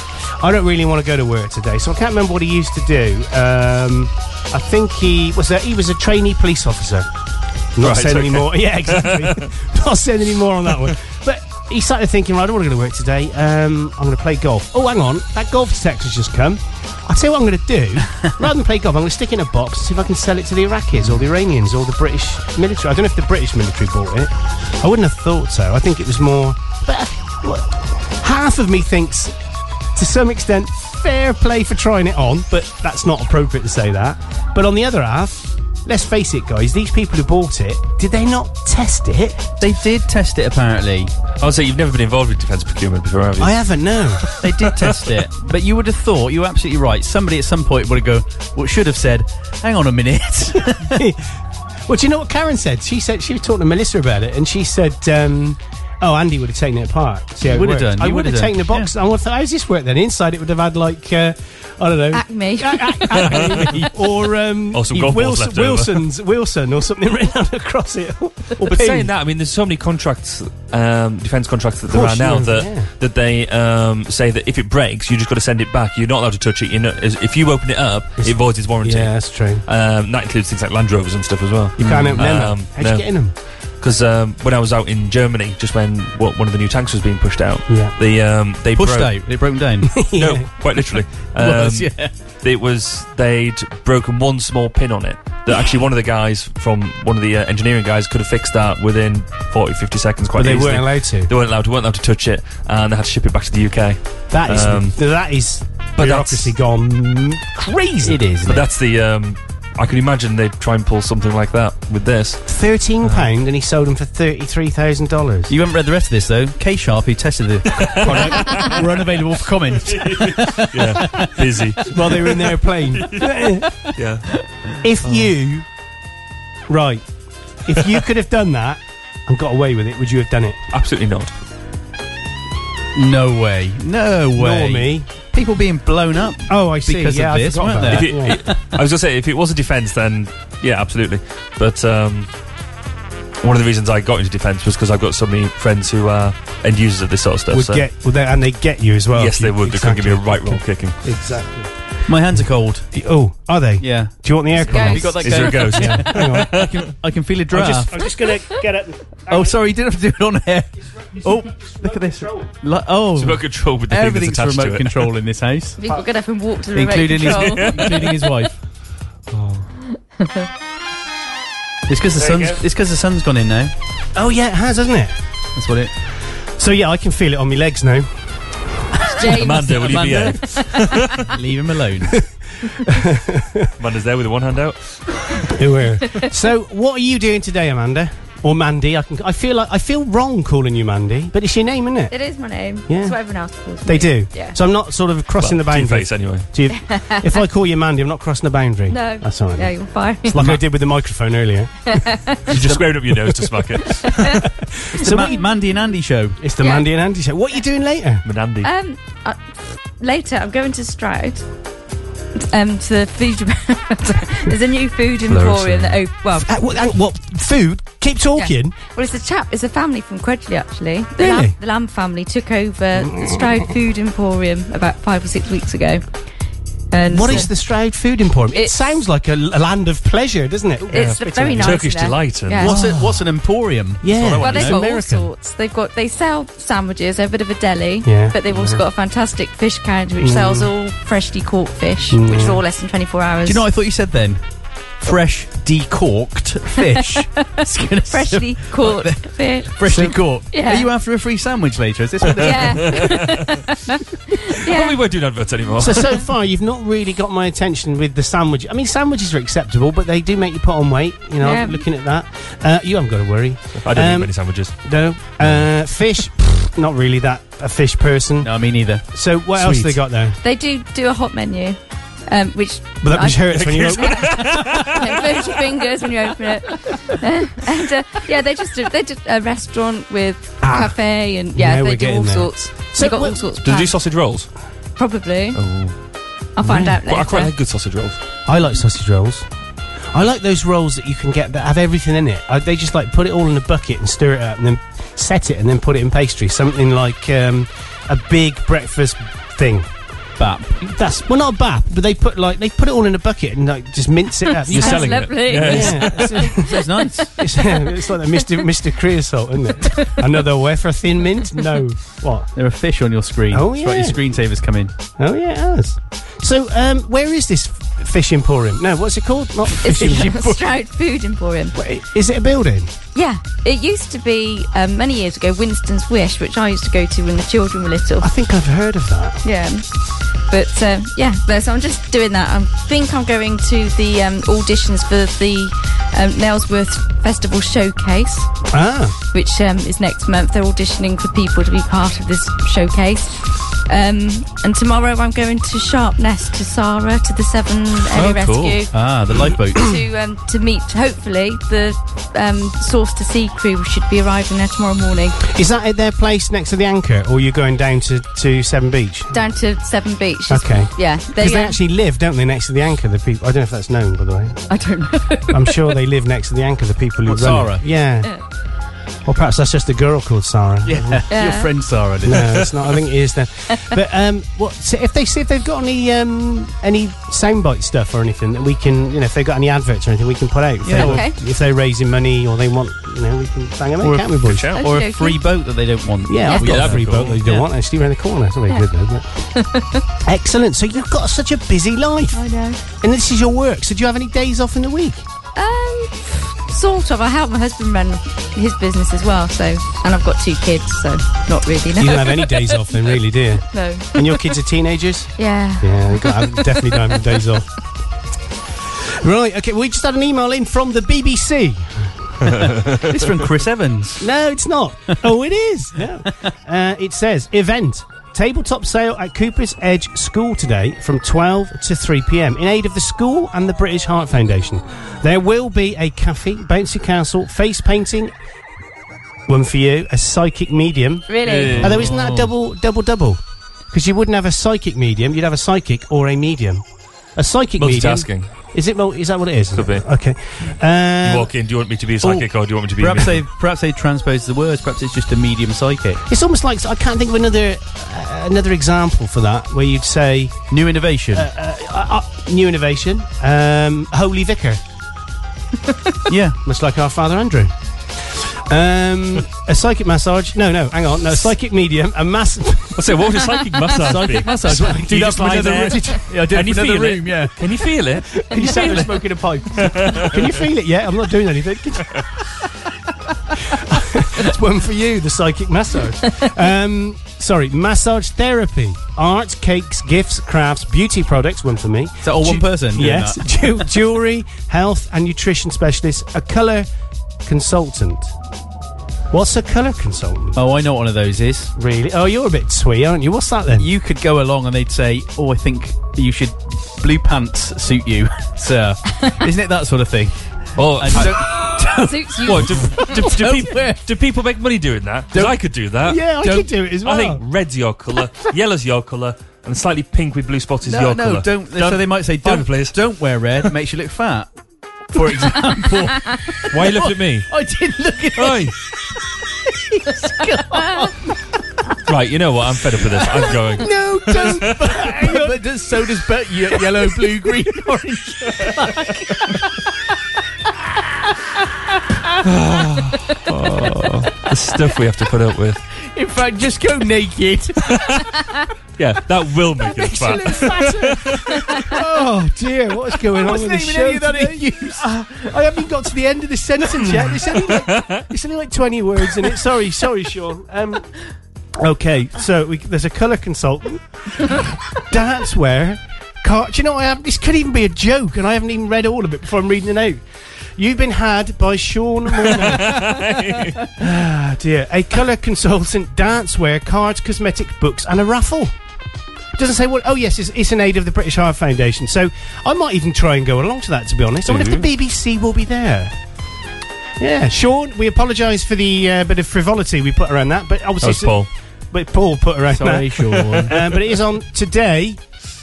I don't really want to go to work today. So I can't remember what he used to do. Um, I think he was a, he was a trainee police officer. Not Right, saying any okay. more. <laughs> <laughs> Yeah, exactly. Not saying any more on that one. <laughs> But he sat there thinking, right, I don't want to go to work today. Um, I'm going to play golf. Oh, hang on. That golf detector's just come. I tell you what I'm going to <laughs> do. Rather than play golf, I'm going to stick it in a box and see if I can sell it to the Iraqis or the Iranians or the British military. I don't know if the British military bought it. I wouldn't have thought so. I think it was more. But uh, look, half of me thinks, to some extent, fair play for trying it on, but that's not appropriate to say that. But on the other half, let's face it, guys, these people who bought it, did they not test it? They did test it, apparently. I would say you've never been involved with defence procurement before, have you? I haven't, no. <laughs> they did test it, but you would have thought, you were absolutely right, somebody at some point would have go, well, should have said, hang on a minute. <laughs> Well, do you know what Karen said? She said she was talking to Melissa about it, and she said, um, "Oh, Andy would have taken it apart. See how He it would have works." done, I he would would have have taken the done, box. I would have thought, how's this work then? Inside it would have had like uh, I don't know, Acme. Acme. or um, Or some you- golf balls Wilson, left over. Wilson's Wilson or something <laughs> written on across it. Or Well, but saying that, I mean, there's so many contracts, um, defence contracts that Of there course are you now know, that yeah. that they um, say that if it breaks, you just got to send it back. You're not allowed to touch it. You know, as- if you open it up, it voids its warranty. Yeah, that's true. Um, that includes things like Land Rovers and stuff as well. Mm. You can't open them up. How'd you get in them? Because um, when I was out in Germany, just when what, one of the new tanks was being pushed out, Yeah. the um, they Pushed broke. out? They broke <laughs> them down? <laughs> no, Yeah. quite literally. Um, Was, yeah. It was they'd broken one small pin on it. That actually one of the guys from one of the uh, engineering guys could have fixed that within 40, 50 seconds. Quite But they easily. weren't allowed to. They weren't allowed to. weren't allowed to touch it, and they had to ship it back to the UK. That is Um, that is but bureaucracy gone crazy. But that's the. Um, I can imagine they'd try and pull something like that with this. Thirteen Uh-huh. pound, and he sold them for thirty three thousand dollars. You haven't read the rest of this, though. K Sharp, who tested the <laughs> product, were unavailable for comment. yeah, busy. While they were in their <laughs> plane. <laughs> yeah. Oh. If you, right, if you could have done that and got away with it, would you have done it? Absolutely not. No way. Oh, No way. Nor me. People being blown up. Oh, I see. Because Yeah, of I this, forgot weren't about they? that. Yeah. I was gonna say if it was a defence, then yeah, absolutely. But um, one of the reasons I got into defence was because I've got so many friends who are end users of this sort of stuff. Would so- get would they, and they get you as well. yes, if you- they would. They couldn't give me a exactly. right roll kicking. Exactly. My hands are cold. Oh, are they? Yeah. Do you want the air Have cooler? you got that Is there a going? ghost? Yeah. Hang on. I can, I can feel a I'm draft. just, I'm just gonna get it. <laughs> oh, sorry, you didn't have to do it on air. Oh, look at this. Li- oh, It's remote control with the thing that's everything's attached to remote it. control in this house, People get up and walk to the Uh, including his, remote <laughs> control. including his wife. Oh. It's because the There you sun's go. it's because the sun's gone in now. Oh yeah, it has, hasn't it? That's what it. So yeah, I can feel it on my legs now. Amanda, will you be Amanda. <laughs> Leave him alone. <laughs> Amanda's there with one hand out. so what are you doing today, Amanda? Or Mandy? I can. I feel like I feel wrong calling you Mandy, but it's your name, isn't it? It is my name. Yeah. That's what everyone else calls me. They do. Yeah. So I'm not sort of crossing Well, the boundary. two-face anyway. Do you, if I call you Mandy, I'm not crossing the boundary. <laughs> no. That's all right. Yeah, you're fine. It's like I did with the microphone <laughs> earlier. You just squared up your nose to smack it. It's the Ma- Mandy and Andy show. It's the Yeah. Mandy and Andy show. What are you doing later? Mandy. Um, uh, later, I'm going to Stroud. Um, to the food. <laughs> There's a new food emporium that op- well, Uh, what, uh, what food? Keep talking. Yeah. Well, it's a chap. It's a family from Credley actually. The, Really? Mm. Lamb, the Lamb family took over the Stroud Food Emporium about five or six weeks ago, And What is the Stroud Food Emporium? It It's- sounds like a, a land of pleasure, doesn't it? It's a very nice there. Yeah. What's, a, what's an emporium? Yeah. That's what I Well, want to they've know. got <laughs> all sorts. They've got they sell sandwiches. They're a bit of a deli, Yeah. but they've also Mm-hmm. Yeah. got a fantastic fish counter which Mm. sells all freshly caught fish, Mm. which are all less than twenty four Do hours. you know what I thought you said then? Fresh decorked <laughs> <laughs> fish. It's gonna freshly caught fish. Freshly caught. Yeah. Are you after a free sandwich later? Is this what it is? <laughs> <laughs> Well, we won't do adverts anymore. So so far, you've not really got my attention with the sandwich. I mean, sandwiches are acceptable, but they do make you put on weight. You know, Yeah. looking at that, uh, you haven't got to worry. I don't eat Um, many sandwiches. No, uh, fish. pfft, not really that a fish person. No, me neither. So what else Sweet. they got there? They do do a hot menu, um, which But that was I- hurts <laughs> when you. Go, it burns your fingers when you open it. <laughs> and uh, yeah, they just do, they did a restaurant with Ah. cafe and yeah, Now we're they do getting all there. sorts. they got all sorts. Do they do planned. sausage <laughs> rolls? Probably. Oh. I'll find out Well, I quite later. like good sausage rolls. I like sausage rolls. I like those rolls that you can get that have everything in it. I, they just like put it all in a bucket and stir it up, and then set it, and then put it in pastry. Something like um, a big breakfast thing. Bap. That's well, not a bap, but they put like they put it all in a bucket and like just mince it <laughs> up. You're Sounds selling it. lovely. Yes. That's nice. It's, it's like the Mr. Mr. Creosote, isn't it? <laughs> Another wafer thin mint? No. What? There are fish on your screen. Oh, That's right, yeah. your screensavers come in. Oh yeah, it has. So, um, where is this f- fish emporium? No, what's it called? <laughs> Not It's fish the emporium. Stroud Food Emporium. Is it a building? Yeah, it used to be um, many years ago Winston's Wish, which I used to go to when the children were little. I think I've heard of that. Yeah. But uh, yeah, no, so I'm just doing that. I think I'm going to the um, auditions for the um, Nailsworth Festival Showcase, Ah. which um, is next month. They're auditioning for people to be part of this showcase. Um, and tomorrow I'm going to Sharpness to Sarah to the Seven Area Rescue. Ah, the lifeboat. to um, to meet hopefully the um, source to sea crew should be arriving there tomorrow morning Is that at their place next to the anchor, or you're going down to, to Seven Beach? down to Seven Beach. It's- Okay. Yeah. Because they um, actually live, don't they, next to the anchor? The people. I don't know if that's known, by the way. I don't <laughs> know. I'm sure they live next to the anchor. The people who What, run. Sarah? It. Yeah. Or perhaps that's just a girl called Sarah. Yeah. <laughs> Your friend Sarah did. No, it's not. I think it is <laughs> then. But um, what so if they see if they've got any um, any soundbite stuff or anything that we can, you know, if they've got any adverts or anything we can put out. If, Yeah. they want- Okay. if they're raising money or they want, you know, we can bang them out, Or a- can't we, boys? Good shout. Or a Okey-dokey. free boat that they don't want. Yeah, Yeah. I've Yeah, got a that'd free be boat cool. that you don't Yeah. want actually around the corner. That's really Yeah. good though. isn't it? Excellent. So you've got such a busy life. <laughs> I know. And this is your work. So do you have any days off in the week? Um, sort of. I help my husband run his business as well, so and I've got two kids, so not really. No. You don't have any days off then, really, do you? No. And your kids are teenagers? Yeah. Yeah, we've got- <laughs> I'm definitely don't <laughs> have days off. <laughs> Right, okay, we just had an email in from the BBC. it's from Chris Evans. No, it's not. Oh, it is. No. Uh, it says event tabletop sale at Cooper's Edge School today from 12 to 3 p.m. in aid of the school and the British Heart Foundation. There will be a cafe, bouncy castle, face painting. One for you, a psychic medium. Really? Although isn't that a double double double? Because you wouldn't have a psychic medium, you'd have a psychic or a medium. A psychic Multitasking. medium. Is it? mul- Is that what it is? Could be. Okay. Um, you walk in. Do you want me to be a psychic or do you want me to be? Uh, oh, Perhaps a they perhaps they transpose the words. Perhaps it's just a medium psychic. Uh, It's almost like I can't think of another uh, another example for that where you'd say new innovation, uh, uh, uh, new innovation, um, <laughs> holy vicar. yeah, much like our Father Andrew. Um, a psychic massage? No, no, hang on, no, psychic medium, <laughs> a mass. I say, what would a <laughs> psychic massage Psychic be? massage. So Do you that just from lie another there. room. Yeah, I did Can it you from another feel it? room, yeah. Can you feel it? Can <laughs> you sound like smoking a pipe? <laughs> Can you feel it? Yeah, I'm not doing anything. <laughs> That's one for you, the psychic massage. Um, sorry, massage therapy, art, cakes, gifts, crafts, beauty products. One for me. Is that all one person doing yes. that? Ju- jewelry, health and nutrition specialist, a colour consultant. What's a colour consultant? Oh, I know what one of those is. Really? Oh, you're a bit twee, aren't you? What's that then? You could go along and they'd say, "Oh, I think you should blue pants suit you, <laughs> <laughs> sir." Isn't it that sort of thing? Oh, And <laughs> don't, Suits you. What, do, do, do, Don't <laughs> peop- do people make money doing that? Because I could do that. Yeah, I could do it as I well. think red's your <laughs> colour, yellow's your colour, and slightly pink with blue spots is no, your no, colour. don't. So they might say, Fine, "Don't, please. don't wear red; it makes you look <laughs> fat." For example, Why are you looking at <laughs> me? I did look at Oi. Come on. <laughs> <laughs> Right, you know what? I'm fed up with this. I'm going. No, don't. but does, so does but ye- yellow, blue, green, orange. <laughs> "Oh, the stuff we have to put up with. In fact, just <laughs> go naked. Yeah, that will make us fat. <laughs> oh dear, what's going on with this even show? any of that in today? Uh, I haven't got to the end of the sentence yet. It's only like, it's only like twenty words in it. Sorry, sorry, Sean. Um, okay, so we, there's a colour consultant. <laughs> That's where. Car- Do you know I have, this could even be a joke, and I haven't even read all of it before I'm reading it out. You've been had by Sean Morgan. ah, dear. A colour consultant, dancewear, cards, cosmetic books, and a raffle. Doesn't say what. Oh, yes, it's, it's an aid of the British Heart Foundation. So I might even try and go along to that, to be honest. I wonder if the BBC will be there. Yeah, Sean, we apologise for the uh, bit of frivolity we put around that, but obviously. was it's a- Paul. But Paul put around Sorry, that. Sean. Uh, but it is on today,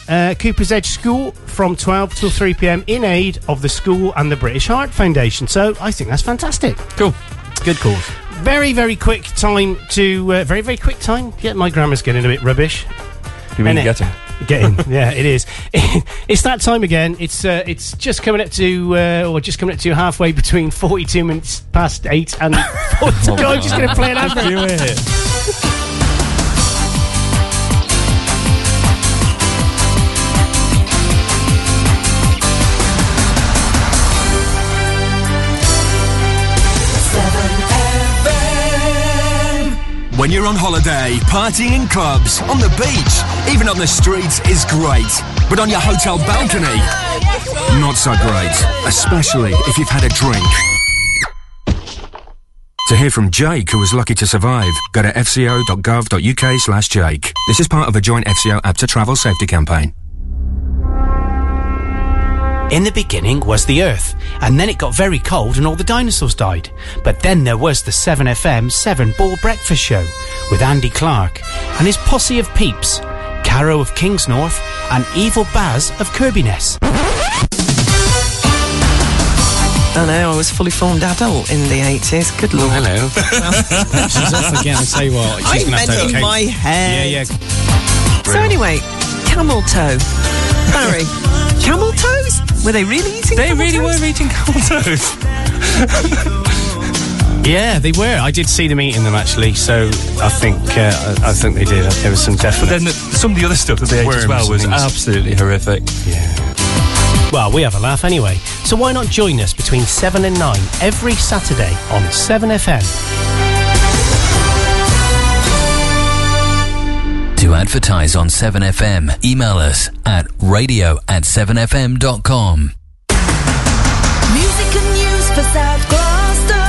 uh, Cooper's Edge School, from 12 till 3 pm, in aid of the school and the British Heart Foundation. So I think that's fantastic. Cool. Good cause. Very, very quick time to. Uh, very, very quick time. Yeah, my grammar's getting a bit rubbish. You mean Innit? get him? Get in. yeah, it is. <laughs> it's that time again. It's uh, it's just coming up to uh, or just coming up to halfway between forty two minutes past eight and. <laughs> oh, God, I'm just going to play an advert. Do it. <laughs> When you're on holiday, partying in clubs, on the beach, even on the streets is great. But on your hotel balcony, not so great. Especially if you've had a drink. To hear from Jake, who was lucky to survive, go to fco.gov.uk slash Jake. This is part of a joint FCO APTA travel safety campaign. In the beginning was the Earth, and then it got very cold and all the dinosaurs died. But then there was the 7FM 7 Ball Breakfast Show with Andy Clark and his posse of peeps, Caro of Kingsnorth and Evil Baz of Kirbyness. know, I was a fully formed adult in the 80s. Good lord. hello. She's off again, I tell you what, she's I'm gonna have to mending okay. my hair. Yeah, yeah. So anyway, camel toe. Barry, camel toes? Were they really eating They really were eating camel <laughs> toes. Yeah, they were. I did see them eating them actually, so I think uh, I I think they did. There was some definite. But then the, some of the other stuff that they ate as Worms well and was things. absolutely horrific. Well, we have a laugh anyway. So why not join us between 7 and 9 every Saturday on 7FM? To advertise on 7FM, email us at radio at 7fm.com. Music and news for South Gloucester.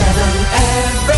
7FM.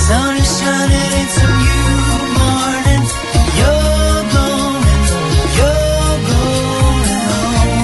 getting some you mornings. You're going, you're going home.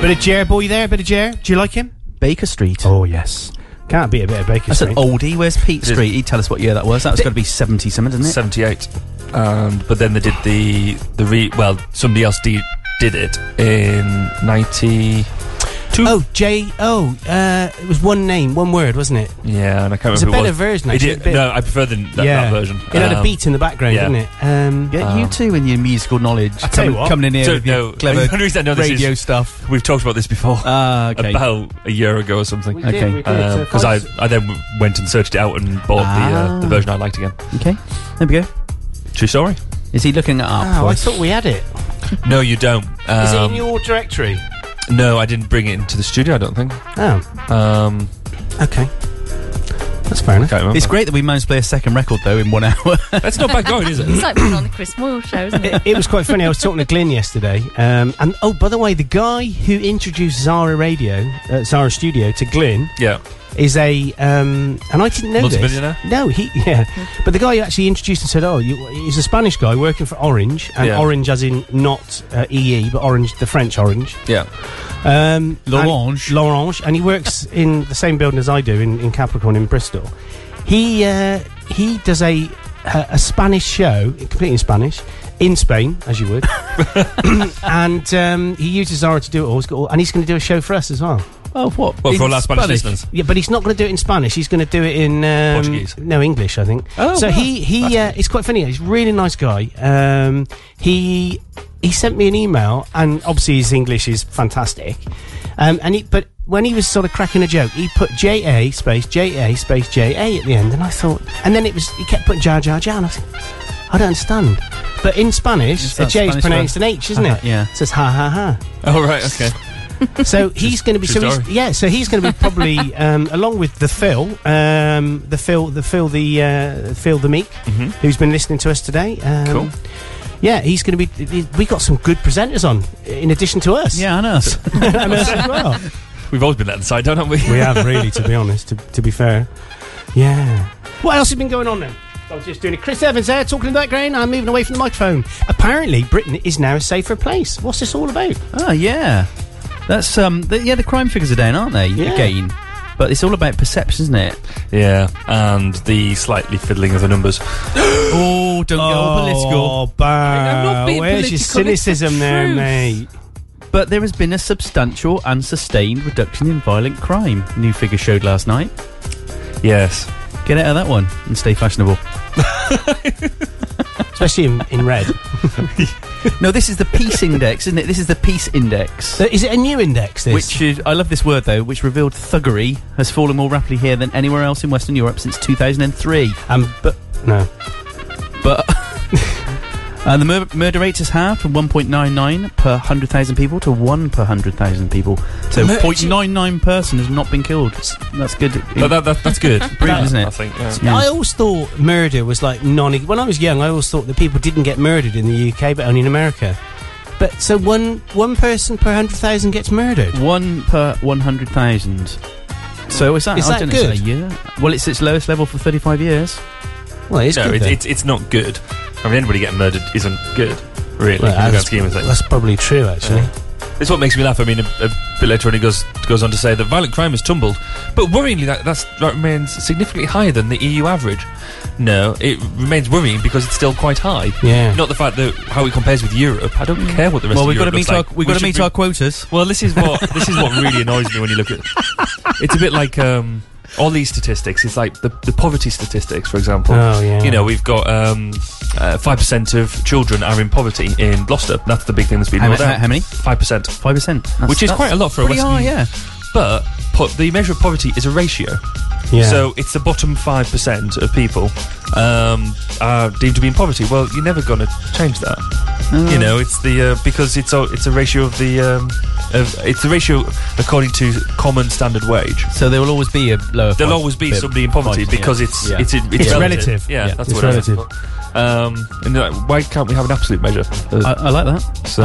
Bit of Jer boy there, bit of Jer. Do you like him? Baker Street. Oh, yes. Can't be a bit of Baker That's Street. an oldie. Where's Pete Street? He'd tell us what year that was. That was got to be 70 something, didn't it? 78. Um, but then they did the the re well somebody else de- did it in 90 Oh, J. Oh, uh, it was one name, one word, wasn't it? yeah and I can't It's a remember what better it was. version, It actually, did- a bit- no I prefer the, that, that version It had a Um, beat in the background, yeah. Uh, didn't it? Um, Yeah, you too in your musical knowledge. I tell you Coming- what. coming in here So, with your no, clever the reason <laughs> I know this radio is, stuff. We've talked about this before. Ah, okay. About a year ago or something. did, Okay. we did. uh, So if Because I I, s- I then w- went and searched it out and bought the uh, the Ah. version I liked again. Okay, there we go. True story. Is he looking it up? Oh, for I us? thought we had it. No, you don't. Is it in Um, your directory? No, I didn't bring it into the studio. I don't think. Oh. Um. Okay. That's fair enough. It's great that we managed to play a second record though in one hour. <laughs> That's not bad going, is It's like being on the Chris Moore show, isn't it? <laughs> it, it was quite funny. I was talking to Glyn yesterday, um, and oh, by the way, the guy who introduced Zara Radio, uh, Zara Studio, to Glyn, Yeah. is a um, and I didn't know this. Multi-billionaire? No, he <laughs> yeah, but the guy who actually introduced and said, "Oh, you, he's a Spanish guy working for Orange, and Yeah. Orange as in not uh, EE, but Orange, the French Orange." Yeah. Um, L'Orange. and- L'Orange. And he works in the same building as I do in, in Capricorn in Bristol. He uh, he does a, a a Spanish show, completely in Spanish, in Spain, as you <laughs> would. <coughs> and um, he uses Zara to do it all. He's got all and he's going to do a show for us as well. <laughs> Oh, what? Well, for all our Spanish listeners. Yeah, but he's not going to do it in Spanish. He's going to do it in um, Portuguese. No, English, I think. Oh, so wow. he he uh, it's quite funny. He's a really nice guy. Um, he he sent me an email, and obviously his English is fantastic. Um, and he but when he was sort of cracking a joke, he put J A space J A space J A at the end, and I thought, and then it was he kept putting Jar Jar Jar, and I was. I don't understand. But in Spanish, It's a that J Spanish is pronounced word. an H, isn't Uh-huh, it? yeah. It says ha ha ha. Oh right. Okay. So he's going to be True so he's, story. yeah. So he's going to be probably <laughs> um, along with the Phil, um, the Phil, the Phil, the uh, Phil the Meek, Mm-hmm. who's been listening to us today. Um, Cool. Yeah, he's going to be. he- We got some good presenters on in addition to us. Yeah, I <laughs> know. and us as well. We've always been let inside, don't we? We have really, <laughs> to be honest. To, to be fair, yeah. What else has been going on then? I was just doing it. Chris Evans there talking about grain. I'm moving away from the microphone. Apparently, Britain is now a safer place. What's this all about? Oh yeah, that's um. The, yeah, the crime figures are down, aren't they? Yeah. Again, but it's all about perception, isn't it? Yeah, and the slightly fiddling of the numbers. <gasps> oh, don't get all Oh, political. I'm not being where's political, your it's the cynicism there, truth. mate? But there has been a substantial and sustained reduction in violent crime. New figure showed last night. Yes. Get out of that one and stay fashionable. Especially in, in red. <laughs> no, this is the peace index, isn't it? This is the peace index. Uh, Is it a new index? This? Which is, I love this word though, which revealed thuggery has fallen more rapidly here than anywhere else in Western Europe since 2003. Um, but no, but <laughs> uh, the mur- murder rate has halved from 1.99 per 100,000 people to 1 per 100,000 people. So Mur- 0.99 person has not been killed. S- That's good. But that, that, that's <laughs> good. <laughs> Brilliant, isn't it? I think. yeah. Yeah. I always thought murder was like non. When I was young, I always thought that people didn't get murdered in the UK, but only in America. But so one one person per hundred thousand gets murdered. One per 100,000. So is that, Is I that don't Know, good? is that a year? Well, it's its lowest level for 35 years. Well, it's no, good. it, then. it's it's not good. I mean, anybody getting murdered isn't good, really. in Well, the grand that's, scheme of things. that's probably true, actually. It's what makes me laugh. I mean, a, a bit later on, he goes goes on to say that violent crime has tumbled, but worryingly, that that's, that remains significantly higher than the EU average. No, it remains worrying because it's still quite high. Yeah. Not the fact that how it compares with Europe. I don't care what the rest Mm. Well, of we've got to Europe meet looks our like. we've got to should meet re- our quotas. <laughs> Well, this is what this is what really annoys me when you look at. It's a bit like um, all these statistics. It's like the, the poverty statistics, for example. Oh, yeah. You know, we've got um, uh, 5% of children are in poverty in Gloucester. That's the big thing that's been How rolled ma- out. how many? 5%. 5%. That's- which is that's quite a lot for a pretty Western. high, yeah. But po- the measure of poverty is a ratio. Yeah. So it's the bottom 5% of people um, are deemed to be in poverty. Well, you're never going to change that. Oh. Uh. you know, it's the uh, because it's a, it's a ratio of the um, of, it's the ratio according to common standard wage. So there will always be a lower. There'll five- always be bit- somebody in poverty five, yeah. because it's Yeah. it's it's, It's relative. Yeah, Yeah. that's It's what it is. relative. Um, and you're like, why can't we have an absolute measure? I- I like that. So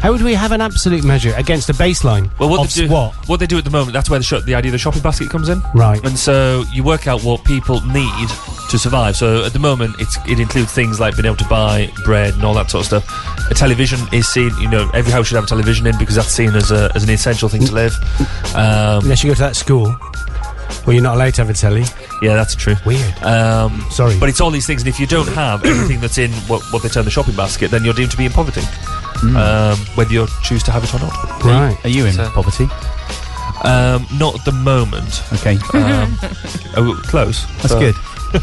How would we have an absolute measure against a baseline? Well, what of they do, what? what they do at the moment, that's where the, shop, the idea of the shopping basket comes in. Right. And so you work out what people need to survive. So at the moment, it's it includes things like being able to buy bread and all that sort of stuff. A television is seen, you know, every house should have a television in because that's seen as, a, as an essential thing to live. Um, Mm. Unless you go to that school where you're not allowed to have a telly. yeah, that's true. Weird. Um, Sorry. But it's all these things, and if you don't <coughs> have everything that's in what, what they term the shopping basket, then you're deemed to be in poverty, Mm. um, whether you choose to have it or not. Right. Are you in So- poverty? Um, not at the moment. Okay. Um, <laughs> oh, close. That's but- <laughs> good.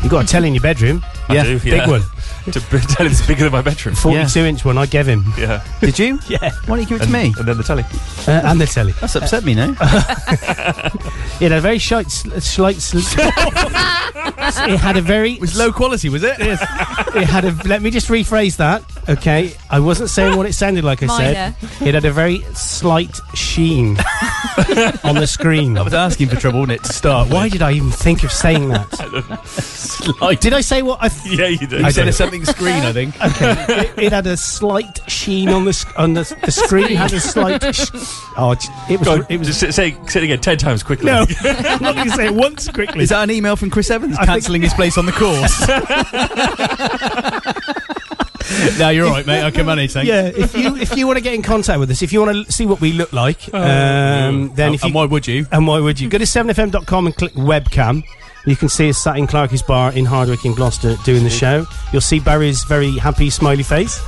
You've got a <laughs> telly in your bedroom. I do, yeah. Big one. <laughs> to b- tell it's bigger than my bedroom. 42 inch one I gave him. Yeah. Did <laughs> you? yeah. Why don't you give it and, to me? And then the telly. Uh, and the telly. That's upset me <laughs> now. It had a very shite, sl- slight. <laughs> Sl- <laughs> it had a very. It was low quality, was it? Yes. It had a. Let me just rephrase that. Okay, I wasn't saying what it sounded like. I said Minor. it had a very slight sheen on the screen. I was asking for trouble, wasn't it? To start. Why did I even think of saying that? slight. Did I say what I? Th- yeah, you did. I You said did. it's something screen, I think. Okay. It, it had a slight sheen on the sc- on the, the screen. Had a slight. Sh- oh, it's- it was. Go on, it was just say, <laughs> say it again ten times quickly. <laughs> <laughs> No, I'm not going to say it once quickly. Is that an email from Chris Evans I think- cancelling his place on the <laughs> course? <laughs> no, you're all right, mate. I can manage. Thanks. Yeah, if you if you want to get in contact with us, if you want to see what we look like, Oh. um, then And- if you, and why would you? And why would you? Go to 7fm.com and click webcam. You can see us sat in Clarke's bar in Hardwick in Gloucester doing the show. You'll see Barry's very happy smiley face.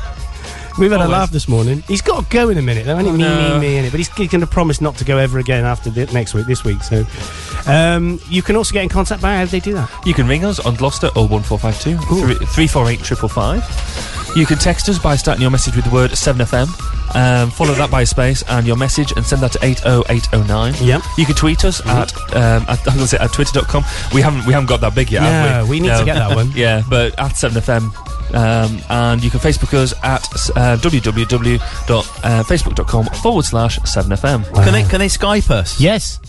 We've had a Always. laugh this morning. He's got to go in a minute, though. Only me, no. me, me in it. But he's, he's going to promise not to go ever again after the, next week, this week. So um, you can also get in contact. Barry, how do they do that? You can ring us on Gloucester 01452 348 555. You can text us by starting your message with the word 7FM. Um, follow that by a space and your message and send that to 80809. Yep. You can tweet us Mm-hmm. at, um, at, <laughs> I was gonna say at twitter.com. We haven't we haven't got that big yet, No, have we? we need to get that one. <laughs> yeah, but at 7FM. Um, and you can Facebook us at uh, www.facebook.com forward slash 7FM. Can they can they Skype us? Yes,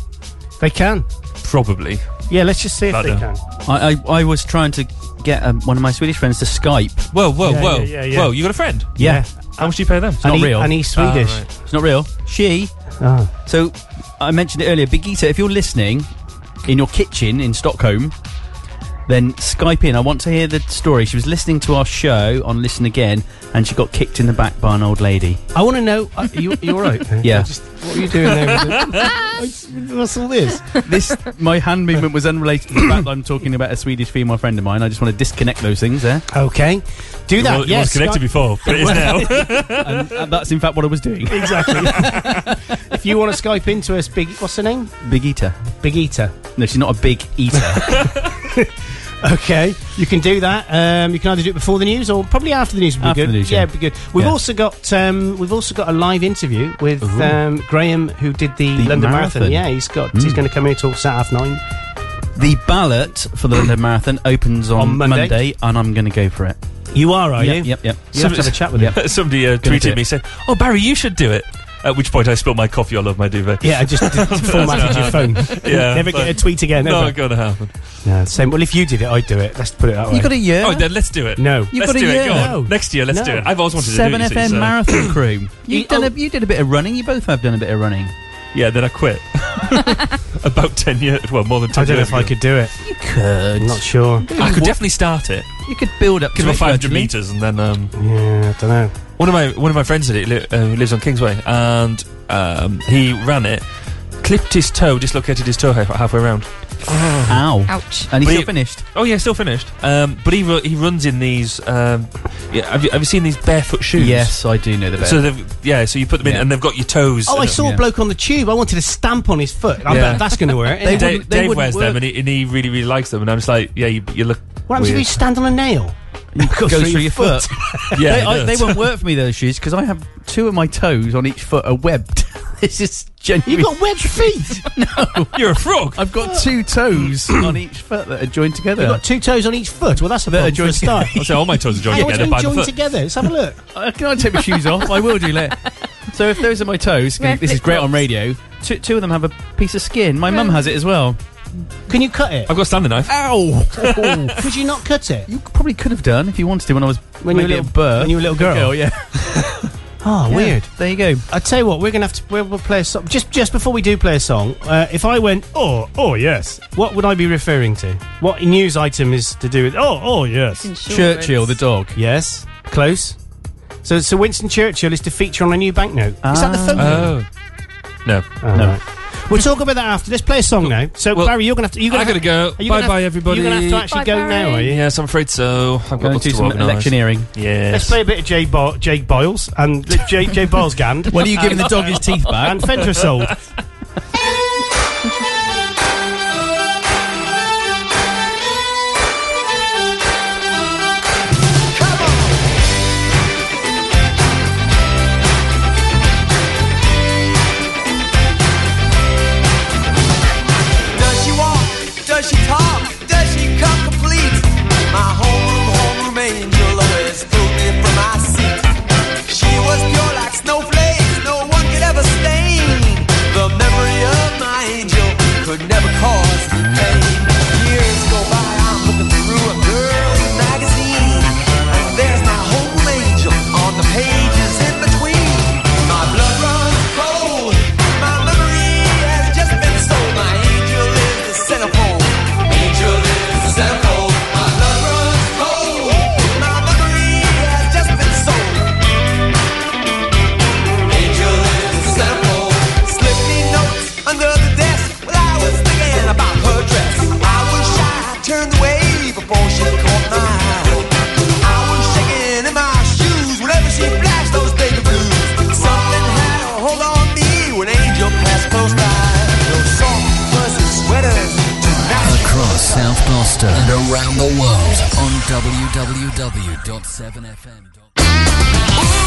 they can. Probably. Yeah, let's just see if I they don't- can. I, I, I was trying to get um, one of my Swedish friends to Skype. Whoa, whoa, Yeah, whoa, yeah, yeah, yeah. whoa! You got a friend? Yeah. How much do you pay them? It's not and he- real. and he's Swedish. Ah, right. It's not real. She. Oh. So I mentioned it earlier. Bigita, if you're listening in your kitchen in Stockholm, then Skype in. I want to hear the story. She was listening to our show on Listen Again and she got kicked in the back by an old lady. I want to know. Are you, you all right? <laughs> <laughs> Yeah. I Just, what are you doing there? With it? What's all this? this my hand movement was unrelated to the fact that I'm talking about a Swedish female friend of mine. I just want to disconnect those things there. Okay. Do that. wa- it yes. was connected before, but it <laughs> is now. and, and that's in fact what I was doing. exactly. if you want to Skype into us, Big. What's her name? Big eater. Big eater. No, she's not a big eater. Okay. You can do that. Um, you can either do it before the news or probably after the news would be After good. the news, yeah, yeah. it'd be good. We've Yeah. also got um, we've also got a live interview <laughs> with Ooh. um, Graham who did the, The London Marathon. marathon. Yeah, he's got he's Mm. going to come here and talk Sat half nine. the ballot for the London Marathon opens on, On Monday. and I'm going to go for it. You are, are yep, you? Yep, yep. You have to have a chat with him. <laughs> Yep. Somebody uh, Gonna do tweeted it. me saying, "Oh Barry, you should do it." At which point I spilled my coffee all over my duvet. Yeah, <laughs> I just did- formatted your phone. Yeah, Never get but- a tweet again. Not ever. going to happen. Yeah, same. Well, if you did it, I'd do it. Let's put it that way. You got a year. Oh, then let's do it. No. You've let's got a do year. it. Go on. No. Next year, let's do No. it. I've always wanted to do uh, it. Seven you see, FM so- marathon <laughs> <laughs> crew. You oh. done a you did a bit of running. You both have done a bit of running. Yeah, then I quit. About ten years. Well, more than ten I don't know years if I ago. could do it. You could. I'm not sure. I could definitely start it. You could build up to Give me it 500 gradually. meters, and then um, Yeah, I don't know. one of my one of my friends did it. Li- uh, who lives on Kingsway, and um, he ran it. cl- clipped his toe, dislocated his toe half- halfway around. Ow. Ouch. And he's But still he- finished. Oh yeah, still finished. Um, but he ru- he runs in these. Um, yeah, have you have you seen these barefoot shoes? Yes, I do know the So barefoot. they've yeah, so you put them in Yeah. and they've got your toes. Oh, I and- saw a bloke on the tube. I wanted to stamp on his foot. I Yeah. bet that's going <laughs> to <laughs> work. Dave, Dave wears them and he, and he really really likes them, and I'm just like, yeah, you, you look. What happens if weird. you stand on a nail? Goes through your foot. <laughs> Yeah, they, it I, they does. won't work for me those shoes because I have two of my toes on each foot are webbed. <laughs> this is genuine. You've <laughs> got webbed feet. You're a frog. I've got two <clears throat> toes on each foot that are joined together. You've got two toes on each foot. Well, that's a problem for a start. <laughs> I'll say all my toes are joined How would together you by the join foot. together? Let's have a look. <laughs> Uh, Can I take my shoes <laughs> off? I will do later. So if those are my toes, Wear this is great on flip-flops. radio. Two, two of them have a piece of skin. My mum has it as well. Can you cut it? I've got a standing knife. Ow! Oh. Could you not cut it? You probably could have done if you wanted to when I was When you maybe were little- at birth. when you were a little girl. yeah. Oh, Yeah, weird. Ah, There you go. I tell you what, we're gonna have to we'll, we'll play a song. Just just before we do play a song, uh, if I went, oh, oh yes, what would I be referring to? What news item is to do with? Oh, oh yes, Insurance. Churchill, the dog. Yes, close. So, so Winston Churchill is to feature on a new banknote. Is that the Ah. phone? Oh. No, no. We'll talk about that after. Let's play a song now. So Oh, Barry, you're gonna have to. You're gonna I have- gotta go. are you bye gonna have- bye everybody. You're gonna have to actually go now, are you? Yes, I'm afraid so. I've got Going lots to do to some organise. electioneering. Yes. Let's play a bit of Jay, Bo- Jake Biles and <laughs> Jay, Jay Biles Gand. When are you giving the dog his teeth back? And Fentrasol. Does she walk? Does she talk? Does she come complete? My homeroom, homeroom angel always pulled me from my seat. She was pure like snowflakes, no one could ever stain. The memory of my angel could never cause me pain. Years go by, I'm looking through a girl's magazine. And there's my homeroom angel on the pages in between. My blood runs cold, my memory has just been sold. My angel is the centerfold. Angel is the centerfold. My blood runs cold, my memory has just been sold. Angel is the centerfold. Slipped me notes under the desk while I was thinking about her dress. I was shy, turned away before she caught my eye. I was shaking in my shoes whenever she flashed those baby blues. Something had a hold on me when Angel passed close by. Those soft fuzzy sweaters. Across South Gloucester and around the world on www.7fm.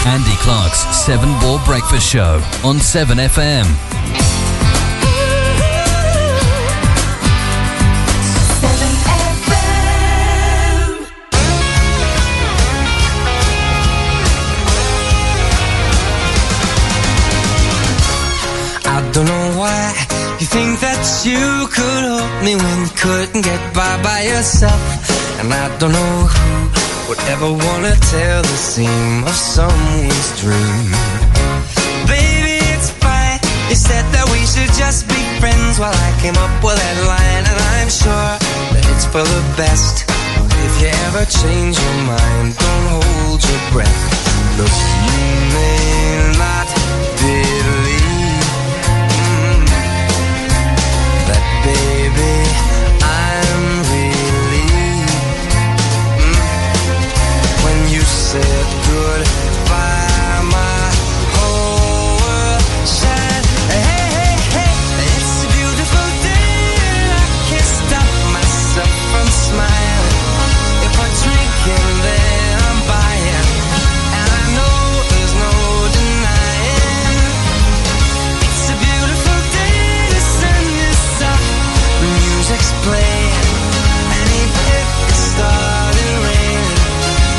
Andy Clark's Seven Ball Breakfast Show on 7FM. I don't know why you think that you could help me when you couldn't get by by yourself. And I don't know who would ever wanna tell the seam of someone's dream. Baby, it's fine. You said that we should just be friends while I came up with that line, and I'm sure that it's for the best. But if you ever change your mind, don't hold your breath. Look, you may not believe mm, that, baby, I'm relieved mm, when you said goodbye, my Oh, whole uh, world shined. Hey, hey, hey, it's a beautiful day, and I can't stop myself from smiling. If I drink and then I'm buying, and I know there's no denying. It's a beautiful day, the sun is up, the music's playing, and even if it started raining.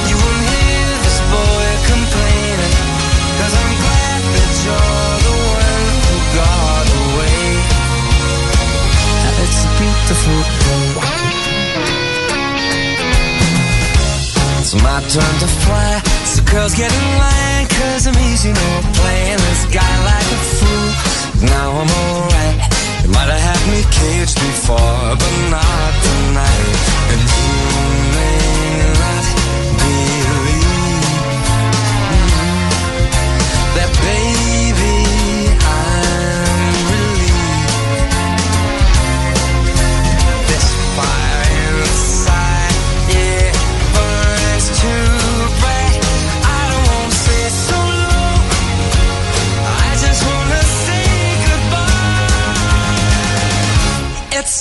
You won't hear this boy complaining, i I'm glad that you're the one who got away. It's a beautiful day. It's my turn to fly, so girls get in line, cause I'm easy, you know I'm playing this guy like a fool. Now I'm alright. You might have had me caged before, but not tonight. And you may not believe that, baby, I'm relieved It's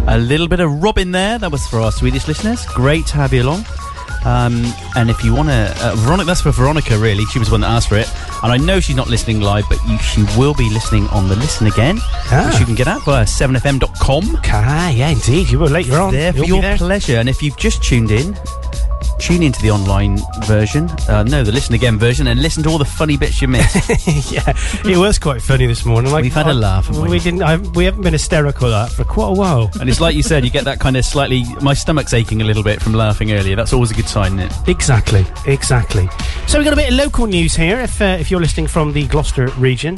A little bit of Robin there. That was for our Swedish listeners. Great to have you along. Um, and if you want to, uh, Veronica, that's for Veronica, really. She was the one that asked for it. And I know she's not listening live, but you, she will be listening on the listen again, which you can get at via 7fm.com. Ah, yeah, indeed. You will later on. There You'll for be your there. pleasure. And if you've just tuned in, tune into the online version. Uh, no, the listen again version, and listen to all the funny bits you missed. <laughs> yeah, it was quite funny this morning. Like, We've had a oh, laugh, haven't We, we? didn't. I, we haven't been hysterical at that for quite a while. And it's like you said, you get that kind of slightly. My stomach's aching a little bit from laughing earlier. That's always a good sign, isn't it? Exactly, exactly. So we've got a bit of local news here. If uh, if you're listening from the Gloucester region,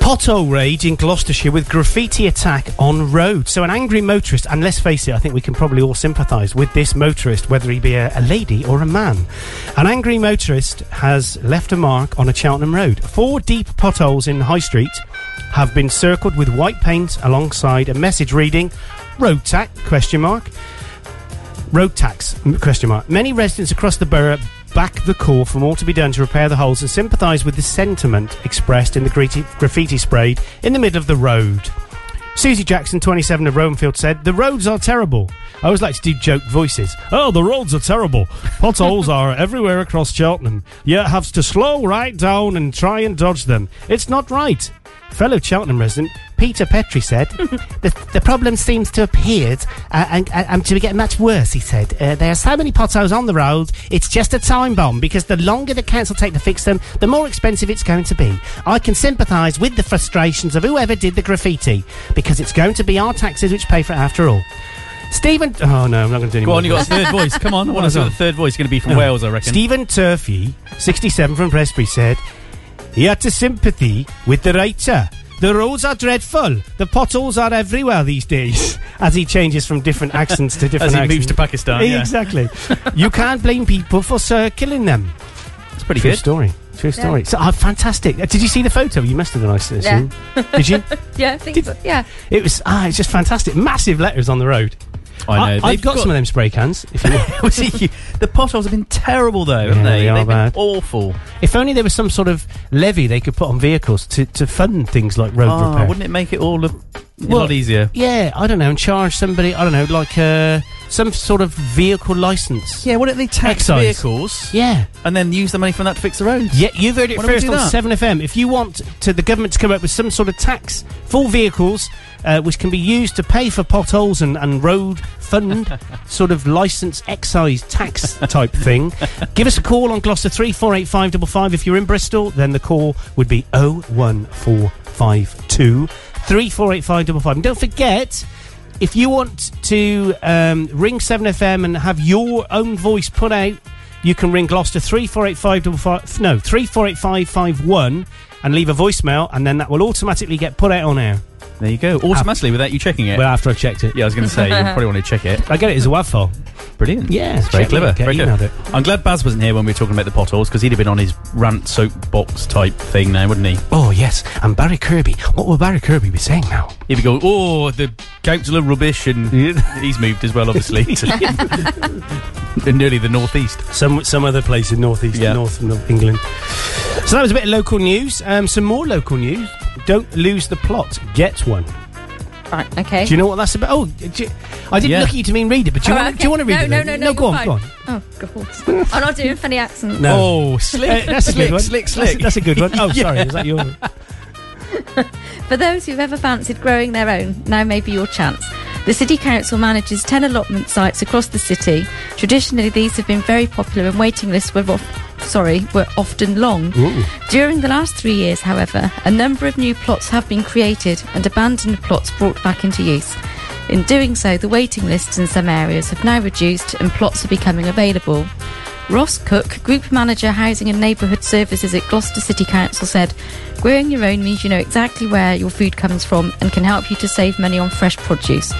pothole rage in Gloucestershire with graffiti attack on road. So an angry motorist, and let's face it, I think we can probably all sympathise with this motorist, whether he be a, a lady or a man. An angry motorist has left a mark on a Cheltenham road. Four deep potholes in High Street have been circled with white paint alongside a message reading "Road Tax?" question mark road tax m- question mark many residents across the borough back the call for more to be done to repair the holes and sympathise with the sentiment expressed in the graffiti, graffiti sprayed in the middle of the road Susie Jackson, 27 of Romefield, said, The roads are terrible. I always like to do joke voices. Oh, the roads are terrible. Potholes <laughs> are everywhere across Cheltenham. You have to slow right down and try and dodge them. It's not right. Fellow Cheltenham resident Peter Petrie said, the, the problem seems to have appeared uh, and, and, and to get much worse, he said. Uh, there are so many potholes on the road, it's just a time bomb because the longer the council take to fix them, the more expensive it's going to be. I can sympathise with the frustrations of whoever did the graffiti because it's going to be our taxes which pay for it after all. Stephen. Oh, no, I'm not going to do any Go more on, you got a voices. third voice. Come on, I <laughs> What want to is see what on? the third voice is going to be from No. Wales, I reckon. Stephen Turfey, 67 from Presbury, said, He had to sympathy with the writer. The roads are dreadful. The potholes are everywhere <laughs> these days. As he changes from different accents to different As he accents. moves to Pakistan, yeah. <laughs> Exactly. you can't blame people for circling them. It's pretty True good. story. True Yeah. story. So, ah, fantastic. Uh, Did you see the photo? You must have done, I s- assume. Yeah. Did <laughs> you? <laughs> yeah, I think so. Yeah. It was ah, it's just fantastic. Massive letters on the road. I know. I, have They've got, got- some of them spray cans. If you <laughs> want. Was it you? The potholes have been terrible, though, haven't Yeah, they? they are have bad. been awful. If only there was some sort of levy they could put on vehicles to, to fund things like road Ah, repair. wouldn't it make it all a, Well, a lot easier? Yeah, I don't know, and charge somebody, I don't know, like uh, some sort of vehicle license. Yeah, why don't they tax Excise. vehicles? Yeah. And then use the money from that to fix the roads. Yeah, you've heard it Why don't we first do on that? 7FM. If you want to the government to come up with some sort of tax for vehicles, uh, which can be used to pay for potholes and, and road <laughs> fund, sort of license excise tax type thing, give us a call on Gloucester 348555. If you're in Bristol, then the call would be 01452 348555. And don't forget, if you want to um, ring 7FM and have your own voice put out, you can ring Gloucester 348555 no 348551 and leave a voicemail and then that will automatically get put out on air. Ah. There you go. Automatically, without you checking it. Well, after I checked it. Yeah, I was going to say, you probably want to check <laughs> it. I get it as a WAV file. Brilliant. Yeah, It's very check it, clever. get very emailed clever. it. I'm glad Baz wasn't here when we were talking about the potholes because he'd have been on his rant soapbox type thing now, wouldn't he? Oh yes, and Barry Kirby. What will Barry Kirby be saying now? He'd be going, oh, the council of rubbish, <laughs> and he's moved as well, <laughs> obviously. <laughs> to- nearly the northeast. Some some other place in northeast north, north England. So that was a bit of local news. Um, some more local news. Don't lose the plot. Get one. Right. Okay. Do you know what that's about? Oh, do you- I didn't Yeah. look at you to mean read it, but do you, Oh, want, okay. do you want to read no, it? No, then? no, no. no. Go on, you're go on. fine. Oh god. I'm not doing funny accents. No. Oh, slick. Uh, that's a Slick, good one. slick, That's a- slick. That's, a good one. Oh, Yeah. sorry. Is that your? For those who've ever fancied growing their own, now may be your chance. The City Council manages 10 allotment sites across the city. Traditionally, these have been very popular and waiting lists were off, sorry, were often long. During the last three years, however, a number of new plots have been created and abandoned plots brought back into use. In doing so, the waiting lists in some areas have now reduced and plots are becoming available. Ross Cook, Group Manager Housing and Neighbourhood Services at Gloucester City Council, said, Growing your own means you know exactly where your food comes from and can help you to save money on fresh produce.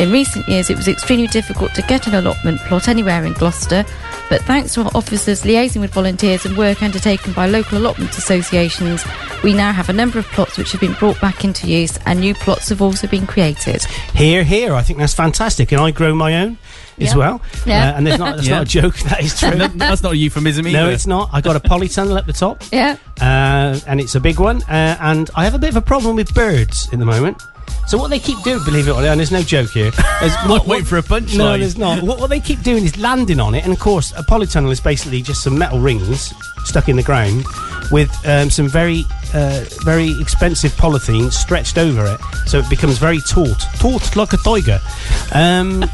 In recent years, it was extremely difficult to get an allotment plot anywhere in Gloucester, but thanks to our officers liaising with volunteers and work undertaken by local allotment associations, we now have a number of plots which have been brought back into use and new plots have also been created. Here, here. I think that's fantastic, and I grow my own as Yeah. well. Yeah. Uh, and that's not that's Yeah. not a joke. <laughs> That is true. No, that's not a euphemism either. No, it's not. I got a polytunnel at the top, Yeah. uh, and it's a big one. Uh, and I have a bit of a problem with birds at the moment. So what they keep doing, believe it or not, and there's no <laughs> joke here. There's Not wait for a punchline. No, there's not. What, what they keep doing is landing on it, and of course, a polytunnel is basically just some metal rings stuck in the ground with um, some very, uh, very expensive polythene stretched over it, so it becomes very taut, taut like a tiger. <laughs> Um,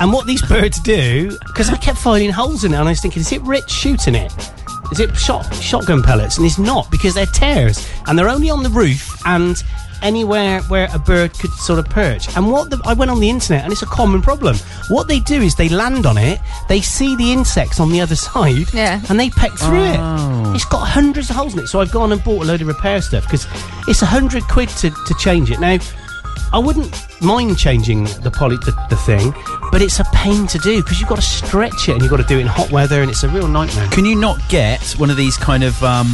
and what these birds do, because I kept finding holes in it, and I was thinking, is it Rich shooting it? Is it shot shotgun pellets? And it's not because they're tears, and they're only on the roof and anywhere where a bird could sort of perch. And what the, I went on the internet, and it's a common problem. What they do is they land on it, they see the insects on the other <laughs> side, Yeah. and they peck through Oh. it. It's got hundreds of holes in it, so I've gone and bought a load of repair stuff because it's a hundred quid to, to change it now. I wouldn't mind changing the poly the, the thing, but it's a pain to do because you've got to stretch it and you've got to do it in hot weather, and it's a real nightmare. Can you not get one of these kind of um,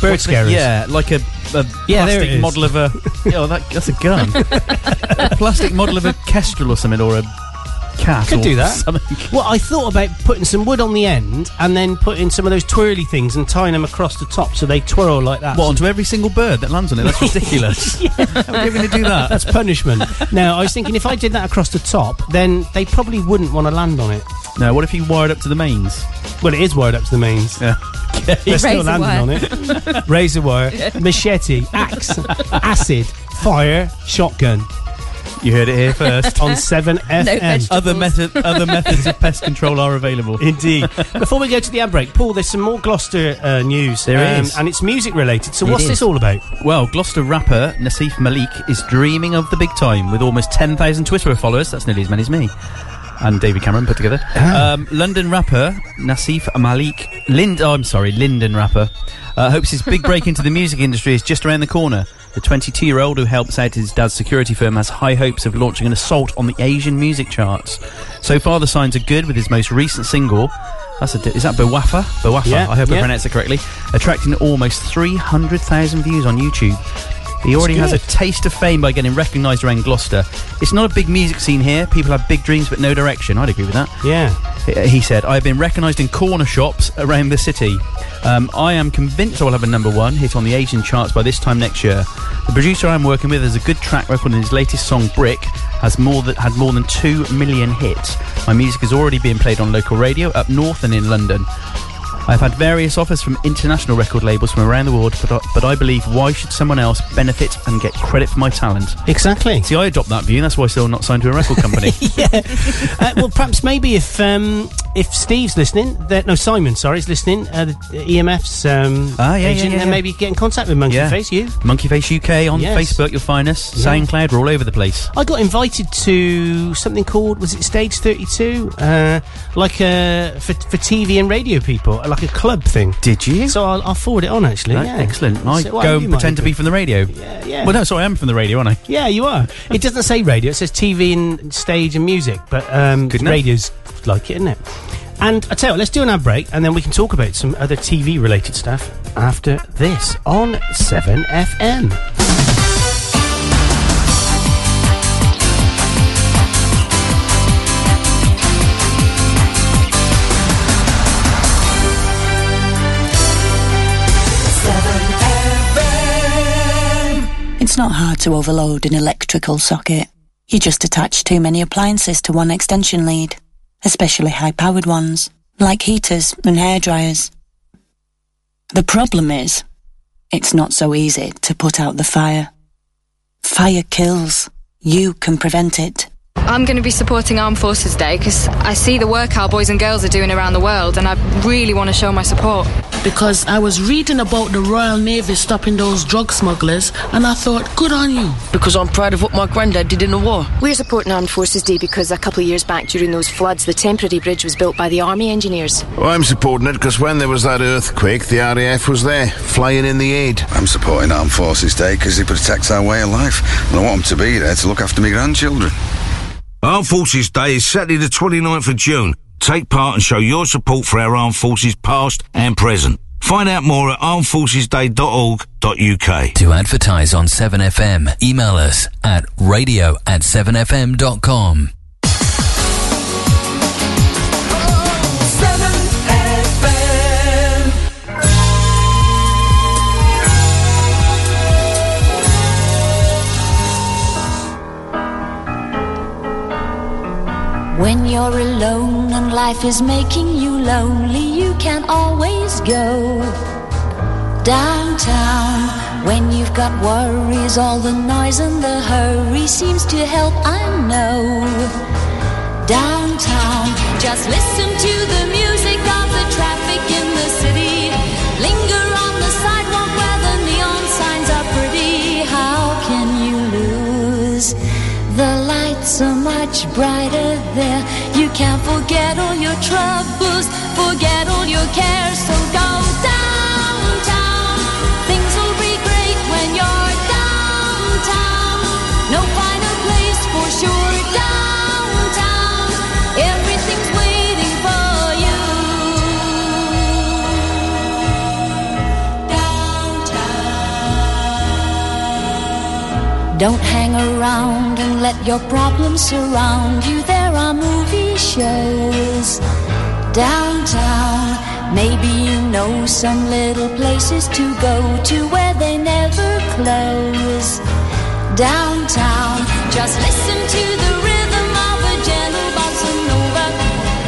Bird what's the- scarers. Yeah, like a, a Yeah, there it plastic is. model <laughs> <laughs> of a. yeah, well, that, that's a gun. a plastic model of a kestrel or something, or a cat. Could or do that. Something. Well, I thought about putting some wood on the end and then putting some of those twirly things and tying them across the top so they twirl like that. What, onto every single bird that lands on <laughs> it? That's ridiculous. How are going to do that? That's punishment. Now, I was thinking if I did that across the top, then they probably wouldn't want to land on it. No, what if you wired up to the mains? Well, it is wired up to the mains. Yeah. <laughs> They're still landing on it. Razor wire, machete, axe, acid, fire, shotgun. You heard it here <laughs> first. on 7FM. other, method, other methods of pest control are available. Indeed. Before we go to the ad break, Paul, there's some more Gloucester uh, news. There There is, is. And it's music related. So, It what's is. this all about? Well, Gloucester rapper Nasif Malik is dreaming of the big time with almost 10,000 Twitter followers. That's nearly as many as me. And David Cameron put together. Um, London rapper Nasif Malik, Lind, oh, I'm sorry, Linden rapper, uh, hopes his big break into the music industry is just around the corner. The 22 year old who helps out his dad's security firm has high hopes of launching an assault on the Asian music charts. So far, the signs are good with his most recent single. That's a di- is that Bawafa? Bawafa, Yeah, I hope I yeah. pronounced it correctly. Attracting almost 300,000 views on YouTube. He already has a good. taste of fame by getting recognised around Gloucester. It's not a big music scene here. People have big dreams but no direction. I'd agree with that. Yeah. He said, I've been recognised in corner shops around the city. Um, I am convinced I will have a number one hit on the Asian charts by this time next year. The producer I'm working with has a good track record and his latest song, Brick, has more than, had more than 2 million hits. My music is already being played on local radio up north and in London. I've had various offers from international record labels from around the world, but I, but I believe why should someone else benefit and get credit for my talent? Exactly. See, I adopt that view, and that's why I'm still not signed to a record company. uh, well, perhaps maybe if um, if Steve's listening, that no Simon, sorry, is listening. Uh, the EMF's <laughs> um, Ah, yeah, yeah, agent, yeah, then yeah. maybe get in contact with Monkey Yeah. Face. You. Monkey Face UK on Yes. Facebook, you'll find us. Yeah. SoundCloud, we're all over the place. I got invited to something called was it Stage Thirty Two, uh, like uh, for for TV and radio people, uh, like a club thing. Did you? So I'll, I'll forward it on actually. Right, yeah. Excellent. I So, well, go you and might pretend to agree. be from the radio. Yeah, yeah. Well, no, sorry, I am from the radio, aren't I? Yeah, you are. It doesn't say radio; it says TV and stage and music. But um, Good enough. radio's like it, isn't it? And I tell you, what, let's do an ad break, and then we can talk about some other TV-related stuff after this on Seven FM. It's not hard to overload an electrical socket. You just attach too many appliances to one extension lead, especially high powered ones, like heaters and hair dryers. The problem is, it's not so easy to put out the fire. Fire kills. You can prevent it. I'm going to be supporting Armed Forces Day because I see the work our boys and girls are doing around the world and I really want to show my support. Because I was reading about the Royal Navy stopping those drug smugglers, and I thought, good on you. Because I'm proud of what my granddad did in the war. We're supporting Armed Forces Day because a couple of years back during those floods, the temporary bridge was built by the Army engineers. Well, I'm supporting it because when there was that earthquake, the RAF was there, flying in the aid. I'm supporting Armed Forces Day because it protects our way of life, and I want them to be there to look after my grandchildren. Armed Forces Day is Saturday the 29th of June. Take part and show your support for our armed forces past and present. Find out more at armedforcesday.org.uk. To advertise on 7FM, email us at radio at 7fm.com. When you're alone and life is making you lonely, you can always go downtown. When you've got worries, all the noise and the hurry seems to help, I know. Downtown, Just listen to the music of the traffic in the city. Linger on the sidewalk where the neon signs are pretty. how can you lose? The lights are much brighter there. You can't forget all your troubles, forget all your cares, so go downtown. Things will be great when you're downtown. No final place for sure downtown. Everything's waiting for you. Don't hang around and let your problems surround you. There there are movie shows downtown. Maybe you know some little places to go to where they never close downtown. Just listen to the rhythm of a gentle bossa nova.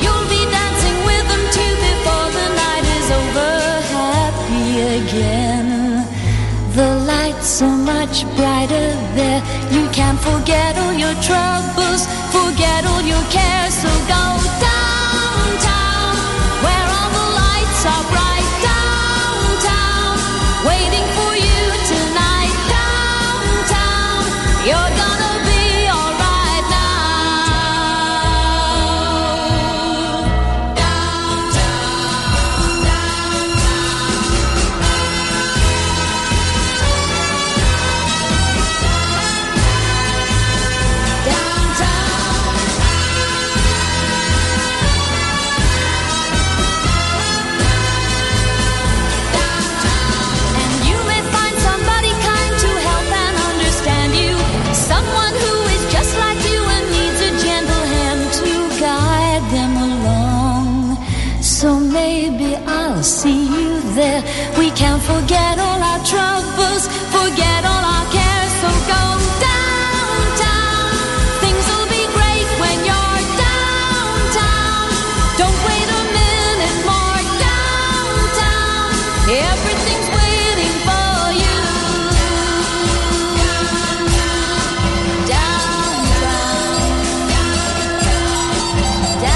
You'll be dancing with them too before the night is over. Happy again. The lights are much brighter there. You can forget all your troubles, forget all your cares. So go downtown, where all the lights are bright. Downtown, waiting for you tonight. Downtown, you're gonna be alright now. And you may find somebody kind to help and understand you. Someone who is just like you and needs a gentle hand to guide them along. So maybe I'll see you there. We can forget all our troubles, forget all our cares. So go downtown. Things will be great when you're downtown. Don't wait a minute more downtown. Everything's waiting for you. Downtown. Downtown.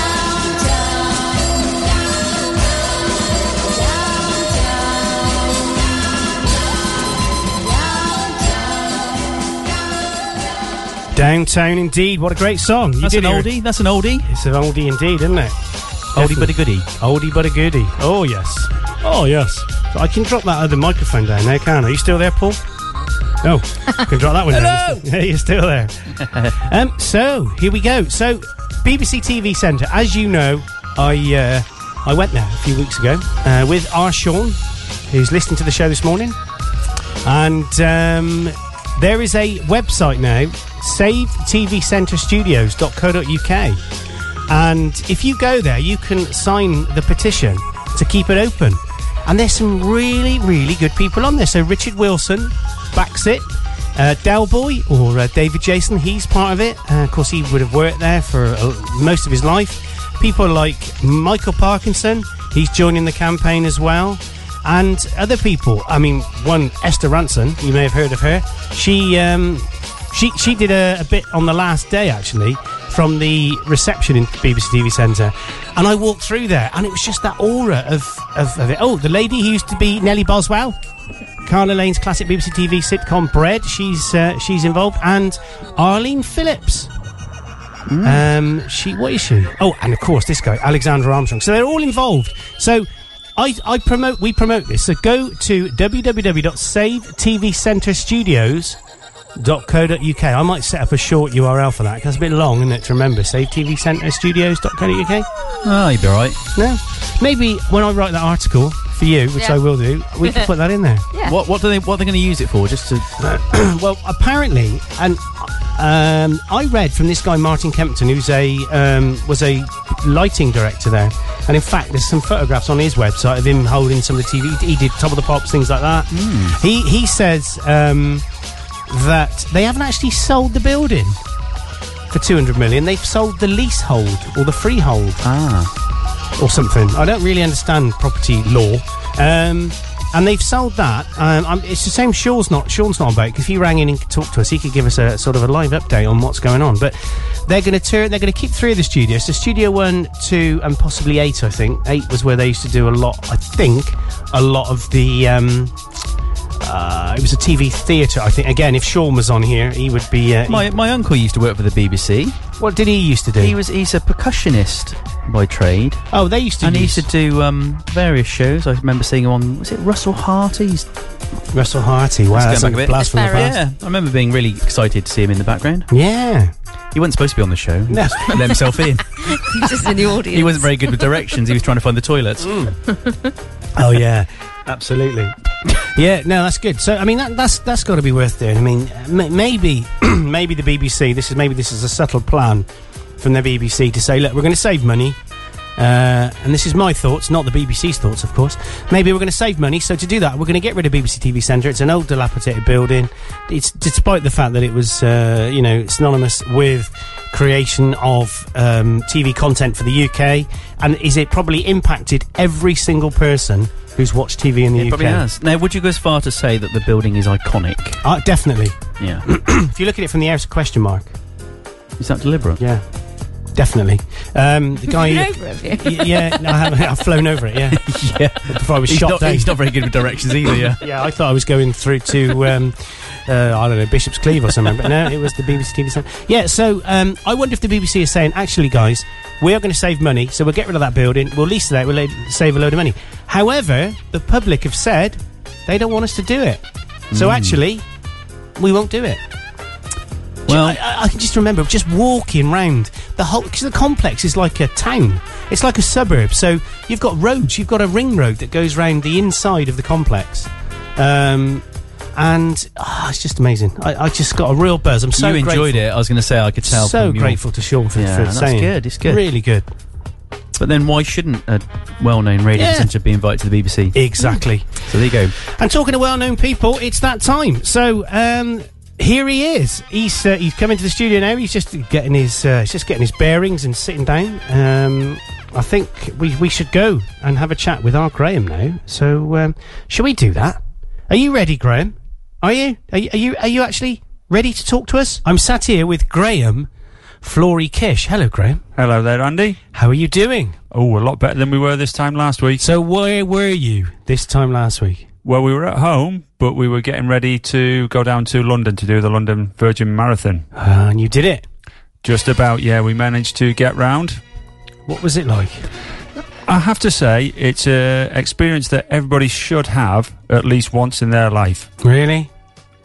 Downtown indeed. What a great song. You That's did an hear it. oldie, that's an oldie. It's an oldie indeed, isn't it? Oldie but a goodie. Oldie but a goodie. Oh, yes. Oh, yes. So I can drop that other microphone down there, can't I? Are you still there, Paul? <laughs> No. I can drop that one down. <laughs> Yeah, you're still there. <laughs> um, so, here we go. So, BBC TV Centre, as you know, I uh, I went there a few weeks ago uh, with our Sean, who's listening to the show this morning. And um, there is a website now, savetvcentrestudios.co.uk. And if you go there, you can sign the petition to keep it open. And there's some really, really good people on there. So Richard Wilson backs it. Uh, Del Boy or uh, David Jason, he's part of it. Uh, of course, he would have worked there for uh, most of his life. People like Michael Parkinson, he's joining the campaign as well and other people. I mean, one Esther Ranson, you may have heard of her. She um, she she did a, a bit on the last day actually from the reception in BBC TV Centre, and I walked through there, and it was just that aura of of, of it. Oh, the lady who used to be Nellie Boswell. Carla Lane's classic BBC TV sitcom Bread. She's uh, she's involved, and Arlene Phillips. Um, she what is she? Oh, and of course this guy Alexander Armstrong. So they're all involved. So I, I promote we promote this. So go to www.savetvcenterstudios.co.uk. I might set up a short URL for that because it's a bit long, isn't it? To remember, savetvcenterstudios.co.uk. Ah, you'd be alright. No, maybe when I write that article for you, which Yeah. I will do, we can put that in there. Yeah. What- do they what are they going to use it for? Just to <clears throat> well, apparently, and um, I read from this guy Martin Kempton, who's a um, was a lighting director there, and in fact, there's some photographs on his website of him holding some of the TV. He did Top of the Pops, things like that. He he says um, that they haven't actually sold the building for 200 million. They've sold the leasehold or the freehold. Ah. Or something. I don't really understand property law. Um, and they've sold that. Um, I'm, it's the same Sean's not, Sean's not about. If he rang in and could talk to us, he could give us a sort of a live update on what's going on. But they're going to turn, they're going to keep three of the studios. So Studio 1, 2, and possibly 8, I think. 8 was where they used to do a lot, I think, a lot of the. Um, uh, it was a TV theatre, I think. Again, if Sean was on here, he would be. Uh, My, my uncle used to work for the BBC. What did he used to do? He was he's a percussionist by trade. Oh, they used to and use- he used to do um, various shows. I remember seeing him on was it Russell Harty's? Russell Harty. Wow, that's like a blast from the past. Yeah, I remember being really excited to see him in the background. Yeah, he wasn't supposed to be on the show. He No. just let himself <laughs> <laughs> in. just in the audience. He wasn't very good with directions. He was trying to find the toilets. oh yeah, absolutely. yeah, no, that's good. So I mean, that, that's that's got to <clears throat> be worth doing. I mean, m- maybe maybe the BBC. This is maybe this is a subtle plan from the BBC to say, look, we're going to save money. Uh, and this is my thoughts, not the BBC's thoughts, of course. Maybe we're going to save money, so to do that, we're going to get rid of BBC TV Centre. It's an old, dilapidated building. It's despite the fact that it was, uh, you know, synonymous with creation of um, TV content for the UK, and is it probably impacted every single person who's watched TV in the It UK? probably has. Now, would you go as far to say that the building is iconic? Uh, definitely. Yeah. <clears throat> if you look at it from the air, it's a question mark. Is that deliberate? Yeah, definitely. Um, the guy. You've been over it, have you? Y- yeah, no, I haven't. I've flown over it. <laughs> <laughs> Yeah, yeah. Before I was He's shot not- down. he's not very good with directions either, yeah. <laughs> yeah, I thought I was going through to um, uh, I don't know Bishop's Cleeve or something, but no, it was the BBC TV. Centre. Yeah, so um, I wonder if the BBC is saying, actually, guys, we are going to save money, so we'll get rid of that building, we'll lease it out, we'll la- save a load of money. However, the public have said they don't want us to do it, so Mm. actually, we won't do it. Well, I, I- I can just remember just walking round the whole because the complex is like a town. It's like a suburb. So you've got roads. You've got a ring road that goes round the inside of the complex, um, and ah, it's just amazing. I, I just got a real buzz. I'm so you grateful. enjoyed it. I was going to say I could tell. So from your- grateful to Sean for, yeah, for that's saying good. It's good. Really good. But then why shouldn't a well-known radio Yeah. centre be invited to the BBC? Exactly. Mm. So there you go. And talking to well-known people, it's that time. So um, here he is. He's uh, he's come into the studio now. He's just getting his uh, he's just getting his bearings and sitting down. Um, I think we we should go and have a chat with our Graham now. So um, shall we do that? Are you ready, Graham? Are you? Are you? Are you, are you actually ready to talk to us? I'm sat here with Graham, Flory Kish. Hello, Graham. Hello there, Andy. How are you doing? Oh, a lot better than we were this time last week. So where were you this time last week? Well, we were at home, but we were getting ready to go down to London to do the London Virgin Marathon. Ah, and you did it. Just about, yeah. We managed to get round. What was it like? I have to say, it's an experience that everybody should have at least once in their life. Really?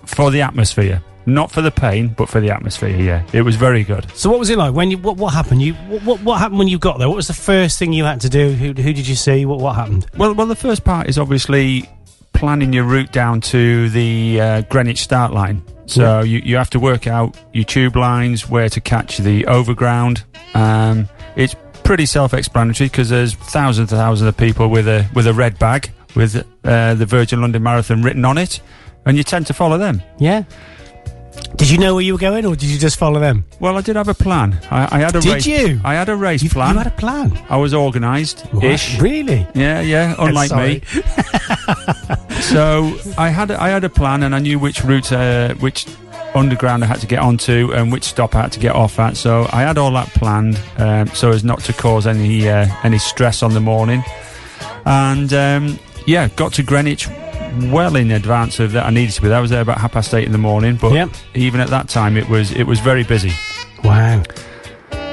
For the atmosphere, not for the pain, but for the atmosphere. Yeah, it was very good. So what was it like when you what what happened? You what what, what happened when you got there? What was the first thing you had to do? Who who did you see? What what happened? Well, well, the first part is obviously planning your route down to the uh, Greenwich start line. So you, you have to work out your tube lines, where to catch the overground. Um, it's pretty self-explanatory because there's thousands and thousands of people with a with a red bag with uh, the Virgin London Marathon written on it, and you tend to follow them. Yeah. Did you know where you were going, or did you just follow them? Well, I did have a plan. I, I had a Did race. you? I had a race plan. You had a plan. I was organised ish. Really? Yeah, <laughs> yeah. Unlike Sorry. me. <laughs> <laughs> so I had I had a plan and I knew which route, uh, which underground I had to get onto and which stop I had to get off at. So I had all that planned um, so as not to cause any uh, any stress on the morning. And um, yeah, got to Greenwich well in advance of that I needed to be there. I was there about half past eight in the morning, but Yep. even at that time it was it was very busy. Wow.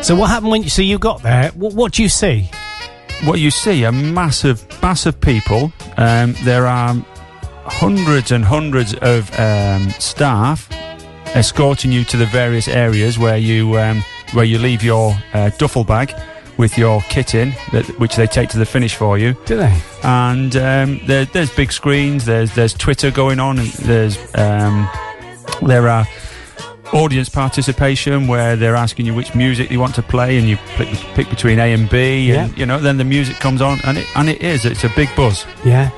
So what happened when you so you got there? What what do you see? what you see a massive mass of people um, there are hundreds and hundreds of um, staff escorting you to the various areas where you um, where you leave your uh, duffel bag with your kit in that, which they take to the finish for you do they and um, there, there's big screens there's there's twitter going on and there's um, there are audience participation where they're asking you which music you want to play and you pick, pick between A and B and Yeah. you know then the music comes on and it and it is it's a big buzz Yeah.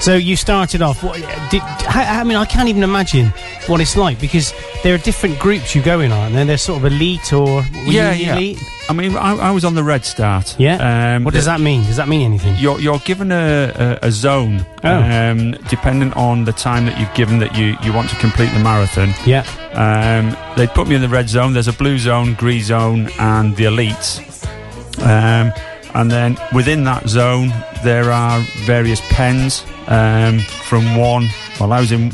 So you started off. What did? I, I mean, I can't even imagine what it's like because there are different groups you go in, aren't there? There's sort of elite or were yeah you yeah elite? I mean I, I was on the red start Yeah. um, what does that mean? Does that mean anything? you're you're given a, a, a zone Oh. um, dependent on the time that you've given that you, you want to complete the marathon Yeah. Um, they put me in the red zone. There's a blue zone, green zone, and the elites. Um, and then within that zone, there are various pens um, from one. Well, I was in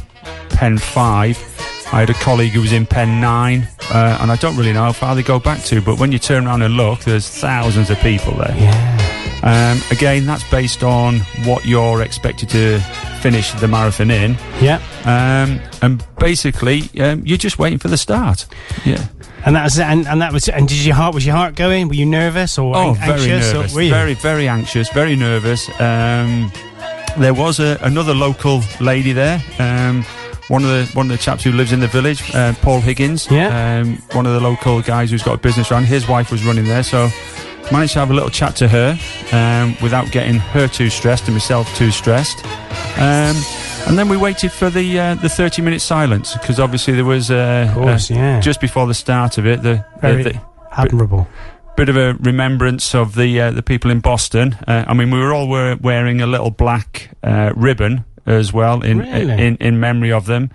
pen five. I had a colleague who was in pen nine, uh, and I don't really know how far they go back to. But when you turn around and look, there's thousands of people there. Um, again, that's based on what you're expected to finish the marathon in. Yeah. Um, and basically, um, you're just waiting for the start. Yeah. And that was and, and that was and did your heart was your heart going? Were you nervous or Oh, an- very anxious? nervous. Or, were you? Very, very anxious. Very nervous. Um, there was a, another local lady there um, one of the one of the chaps who lives in the village, uh, Paul Higgins. Yeah. Um, one of the local guys who's got a business around. His wife was running there, so managed to have a little chat to her um, without getting her too stressed and myself too stressed. Um, and then we waited for the uh, the 30 minute silence because obviously there was uh, course, uh, yeah. just before the start of it the, the- Very the- admirable. bit of a remembrance of the uh, the people in Boston. Uh, I mean, we were all wear, wearing a little black uh, ribbon as well in, uh, Really? in in memory of them,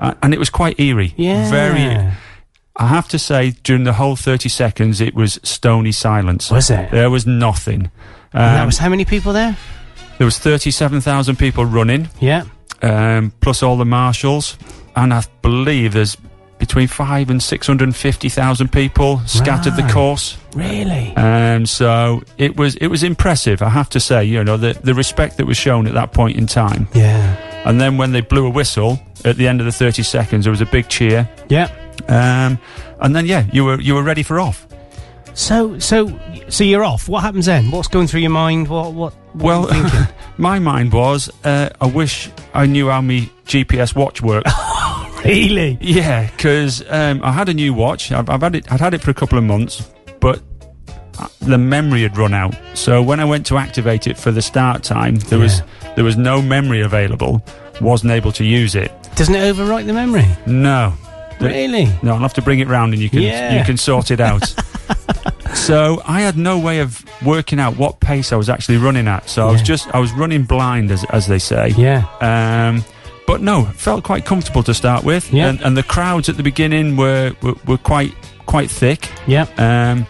uh, and it was quite eerie. Yeah. very. I have to say, during the whole thirty seconds, it was stony silence. Was it? There was nothing. And that Um, was how many people there? there was thirty-seven thousand people running. Yeah. Um, plus all the marshals, and I believe there's between five and six hundred and fifty thousand people scattered Right. the course. Really? Um, so it was it was impressive, I have to say. You know the the respect that was shown at that point in time. Yeah. And then when they blew a whistle at the end of the thirty seconds, there was a big cheer. Yeah. Um, and then yeah, you were you were ready for off. So, so, so you're off. What happens then? What's going through your mind? What, what? what Well, are you thinking? <laughs> my mind was, uh, I wish I knew how my GPS watch worked. <laughs> Really? Yeah, because um, I had a new watch. I've, I've had it. I'd had it for a couple of months, but uh, the memory had run out. So when I went to activate it for the start time, there was there was no memory available. Wasn't able to use it. doesn't it overwrite the memory? No. Really? No, I'll have to bring it round and you can Yeah. you can sort it <laughs> out. so I had no way of working out what pace I was actually running at. So I was Yeah. just I was running blind as as they say. Yeah. Um but no, felt quite comfortable to start with. Yeah. And, and the crowds at the beginning were were, were quite quite thick. Yeah. Um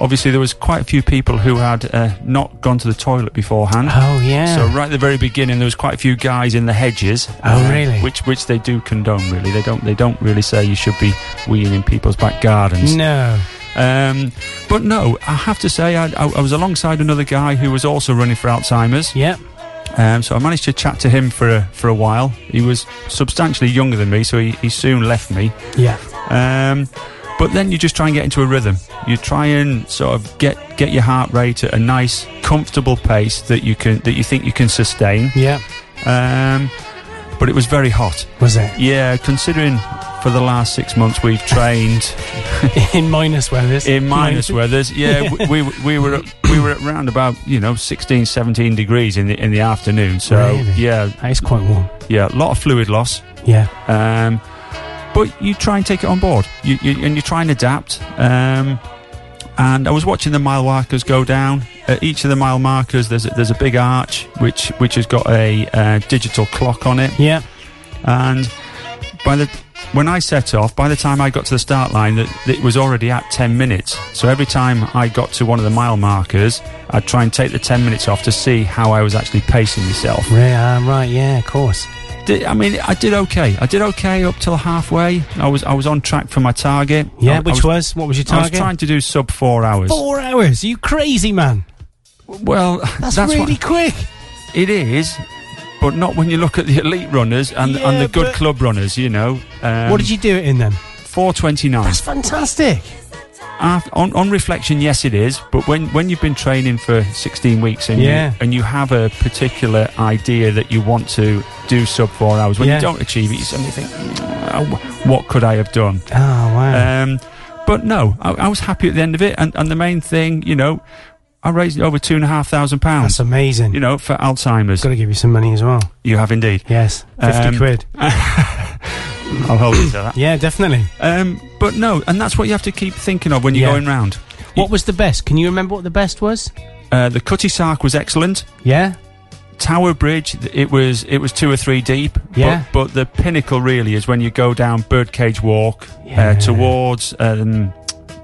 Obviously, there was quite a few people who had uh, not gone to the toilet beforehand. Oh, yeah. So right at the very beginning, there was quite a few guys in the hedges. Oh, uh, really? Which which they do condone. Really, they don't they don't really say you should be weeing in people's back gardens. No. Um, but no, I have to say I, I, I was alongside another guy who was also running for Alzheimer's. Yeah. Um, so I managed to chat to him for a, for a while. He was substantially younger than me, so he, he soon left me. Yeah. Um, but then you just try and get into a rhythm. You try and sort of get get your heart rate at a nice, comfortable pace that you can that you think you can sustain. Yeah. Um, but it was very hot. Was it? Yeah, considering for the last six months we've trained <laughs> in minus weathers. In minus Minus- weathers, yeah, Yeah. <laughs> We, we we were at- we were at round about you know 16, 17 degrees in the in the afternoon. So Really? yeah, that is quite warm. Yeah, a lot of fluid loss. Yeah. Um, but you try and take it on board, you, you, and you try and adapt. Um, and I was watching the mile markers go down. At each of the mile markers, there's a, there's a big arch which which has got a uh, digital clock on it. Yeah. And by the when I set off, by the time I got to the start line, that that it was already at ten minutes. So every time I got to one of the mile markers, I'd try and take the ten minutes off to see how I was actually pacing myself. Yeah, um, right. Yeah, of course. Did, I mean, I did okay. I did okay up till halfway. I was I was on track for my target. Yeah, I- I which was- what was your I target? was trying to do sub four hours. Four hours? Are you crazy, man? Well, that's, that's really what- quick. It is, but not when you look at the elite runners and and Yeah, the good but- club runners. You know. Um, what did you do it in then? Four twenty nine. That's fantastic. Af- on, on reflection, yes, it is. But when, when you've been training for 16 weeks and, Yeah. you, and you have a particular idea that you want to do sub four hours, when Yeah. you don't achieve it, you suddenly think, "Oh, wh- what could I have done? Oh wow. Um, but no, I, I was happy at the end of it. And, and the main thing, you know, I raised over two and a half thousand pounds. That's amazing. You know, for Alzheimer's. Got to give you some money as well. You have indeed. Yes, fifty Um, quid. <laughs> I'll hold you to that. Yeah, definitely. Um, but no, and that's what you have to keep thinking of when you're Yeah. going round. What was the best? Can you remember what the best was? Uh, the Cutty Sark was excellent. Yeah. Tower Bridge, th- it was it was two or three deep. Yeah. But, but the pinnacle really is when you go down Birdcage Walk uh, towards um,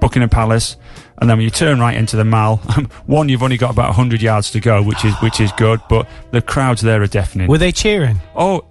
Buckingham Palace, and then when you turn right into the Mall. <laughs> um, One, you've only got about hundred yards to go, which is which is good. But the crowds there are deafening. Were they cheering? oh,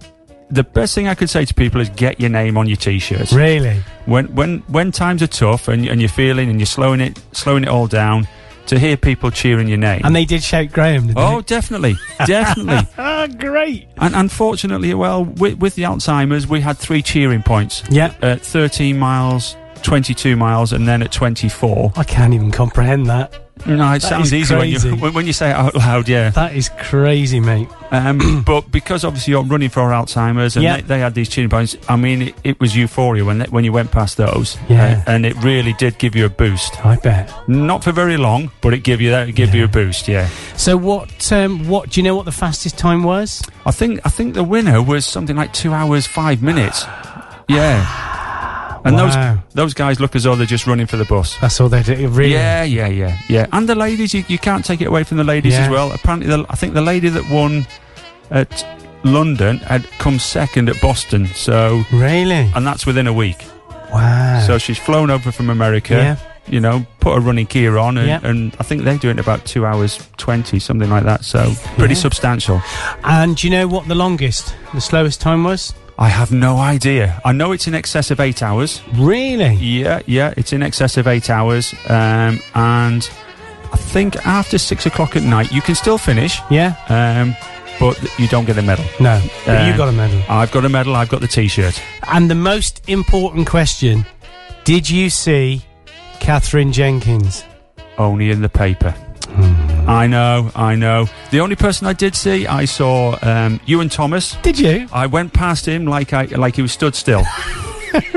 the best thing I could say to people is get your name on your t-shirt. Really? When when when times are tough and, and you're feeling and you're slowing it slowing it all down, to hear people cheering your name. And they did shout Graham, did Oh, definitely, definitely. they? Oh, <laughs> great. And unfortunately, well, with, with the Alzheimer's, we had three cheering points. Yeah. At 13 miles, 22 miles, and then at 24. I can't even comprehend that. No, it That sounds is easy when you crazy. <laughs> when when you say it out loud. Yeah, that is crazy, mate. <clears throat> Um, but because obviously you're running for Alzheimer's and Yeah. they, they had these tuning points. I mean, it, it was euphoria when they, when you went past those. Yeah. Uh, and it really did give you a boost. I bet. Not for very long, but it gave you that. It gave you a boost. Yeah. So what? Um, what do you know? What the fastest time was? I think I think the winner was something like two hours five minutes. Yeah. And Wow. those those guys look as though they're just running for the bus. That's all they did. Really? Yeah, yeah, yeah, yeah. And the ladies, you, you can't take it away from the ladies Yeah. as well. Apparently, the, I think the lady that won at London had come second at Boston. So really, and that's within a week. Wow. So she's flown over from America. Ah. Yeah. You know, put a running gear on, and, Yeah. and I think they do it in about two hours twenty, something like that. So pretty Yeah. substantial. And do you know what the longest, the slowest time was? I have no idea. I know it's in excess of eight hours. Really? Yeah, yeah. It's in excess of eight hours. Um, and I think after six o'clock at night, you can still finish. Yeah. Um, but you don't get the medal. Um, No. But you got a medal. I've got a medal. I've got the T-shirt. And the most important question: Did you see Catherine Jenkins? Only in the paper. I know, I know. The only person I did see, I saw um, Ewan Thomas. Did you? I went past him like I like he was stood <laughs> still.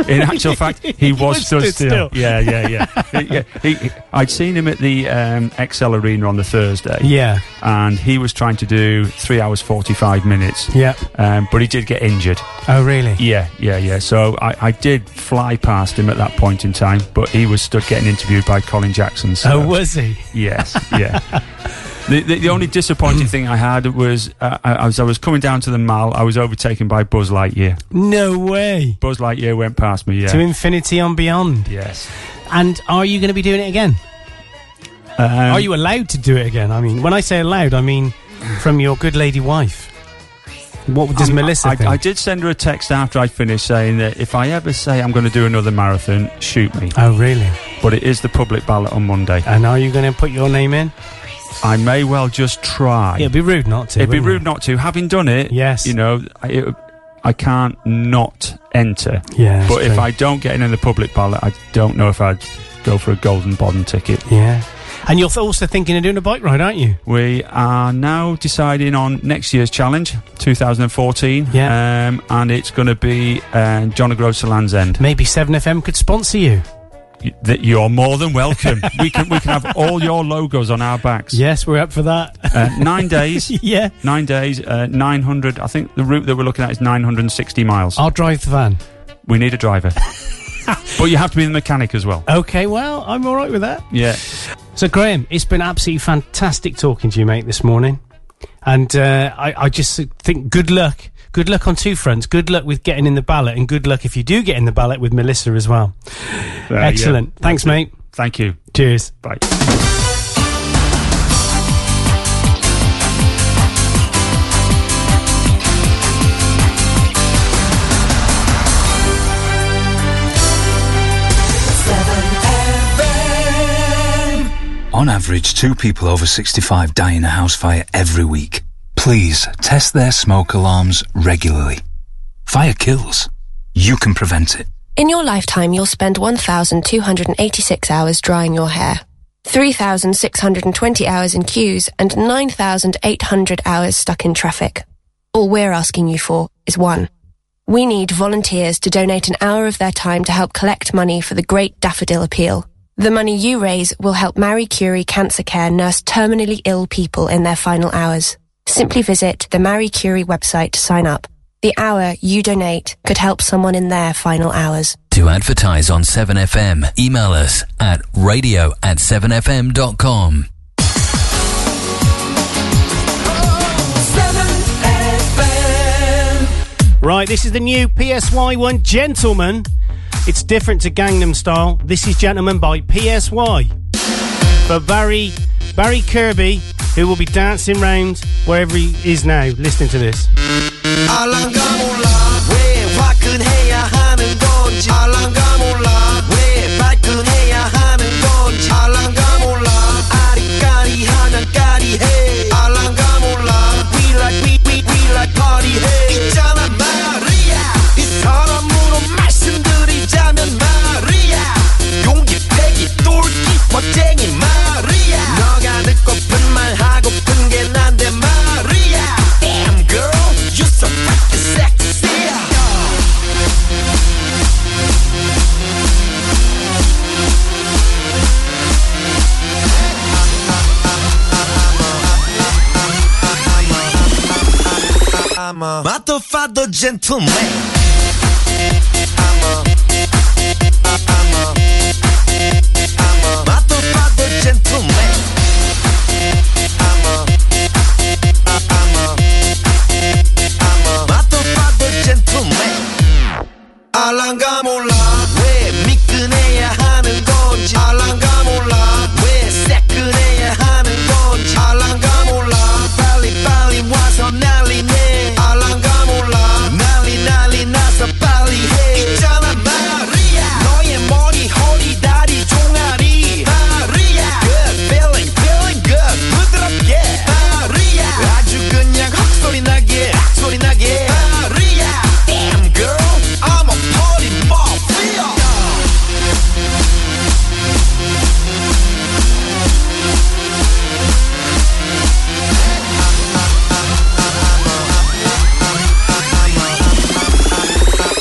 In actual fact, he was, stood, still. Yeah, yeah, yeah. He- yeah, he- he- I'd seen him at the um, XL Arena on the Thursday. Yeah. and he was trying to do three hours forty-five minutes. Yeah. um, but he did get injured. Oh, really? Yeah, yeah, yeah. So I, I did fly past him at that point in time, but he was stood getting interviewed by Colin Jackson. So Oh, was he? Yes, yeah. <laughs> The, the, the only disappointing thing I had was uh, I, as I was coming down to the mall, I was overtaken by Buzz Lightyear. No way. Buzz Lightyear went past me. Yeah. To infinity and beyond. Yes. And are you going to be doing it again? Um, are you allowed to do it again? I mean, when I say allowed, I mean from your good lady wife. What does Um, Melissa I, think? I did send her a text after I finished saying that if I ever say I'm going to do another marathon, shoot me. Oh, really? But it is the public ballot on Monday. And are you going to put your name in? I may well just try. It'd be rude not to. It'd be wouldn't it? rude not to. Having done it, yes, you know, I, it, I can't not enter. Yeah, that's but if true. I don't get in in the public ballot, I don't know if I'd go for a golden bond ticket. Yeah. And you're th- also thinking of doing a bike ride, aren't you? We are now deciding on next year's challenge, 2014. Yeah. Um, and it's going to be uh, John O'Groats to Land's End. Maybe 7FM could sponsor you. That you're more than <laughs> welcome. we can we can have all your logos on our backs. Yes, we're up for that. Uh, nine days. <laughs> yeah. Nine days. Uh, Nine hundred. I think the route that we're looking at is nine hundred and sixty miles. I'll drive the van. We need a <laughs> driver, but you have to be the mechanic as well. Okay, well, I'm all right with that. Yeah. So, Graham, it's been absolutely fantastic talking to you, mate, this morning. And uh, I, I just think good luck. Good luck on two fronts. Good luck with getting in the ballot, and good luck if you do get in the ballot with Melissa as well. Uh, yeah. Excellent. Thanks, mate. Thank you. Cheers. Bye. On average, two people over 65 die in a house fire every week. Please test their smoke alarms regularly. Fire kills. You can prevent it. In your lifetime, you'll spend 1,286 hours drying your hair, 3,620 hours in queues, and 9,800 hours stuck in traffic. All we're asking you for is one. We need volunteers to donate an hour of their time to help collect money for the Great Daffodil Appeal. The money you raise will help Marie Curie Cancer Care nurse terminally ill people in their final hours. Simply visit the Marie Curie website to sign up. The hour you donate could help someone in their final hours. To advertise on 7FM, email us at radio at 7fm.com. 7FM. Right, this is the new PSY one, Gentleman. It's different to Gangnam Style. This is Gentleman by PSY. For Barry, Barry Kirby, who will be dancing round wherever he is now, listening to this. 왜 화끈해야 하는 건지 알랑가 몰라 왜 발끈해야 하는 건지 알랑가 몰라 아리까리 하냥까리해 알랑가 몰라 We like we we we like party해 있잖아 마리아 이 사람으로 말씀드리자면 마리아 용기 패기 똘끼 멋쟁이 마리아 father, father, gentleman. I'm a, I- I'm a, I'm a father, father, gentleman. I'm a, I- I'm a, I'm a father, father, gentleman. 알랑가 몰라 왜 미끈해야 하는 건지 알랑가 몰라 왜 새끈해야 하는 건지 알랑가 몰라 빨리 빨리 와서 난리네 알랑가 몰라 난리 난리 나서 빨리 해 있잖아 마리아 너의 머리 허리 다리 종아리 마리아 Good feeling feeling good 부드럽게 마리아 아주 그냥 헉 소리 나게 헉 소리 나게 마리아 Damn girl I'm a party mafia.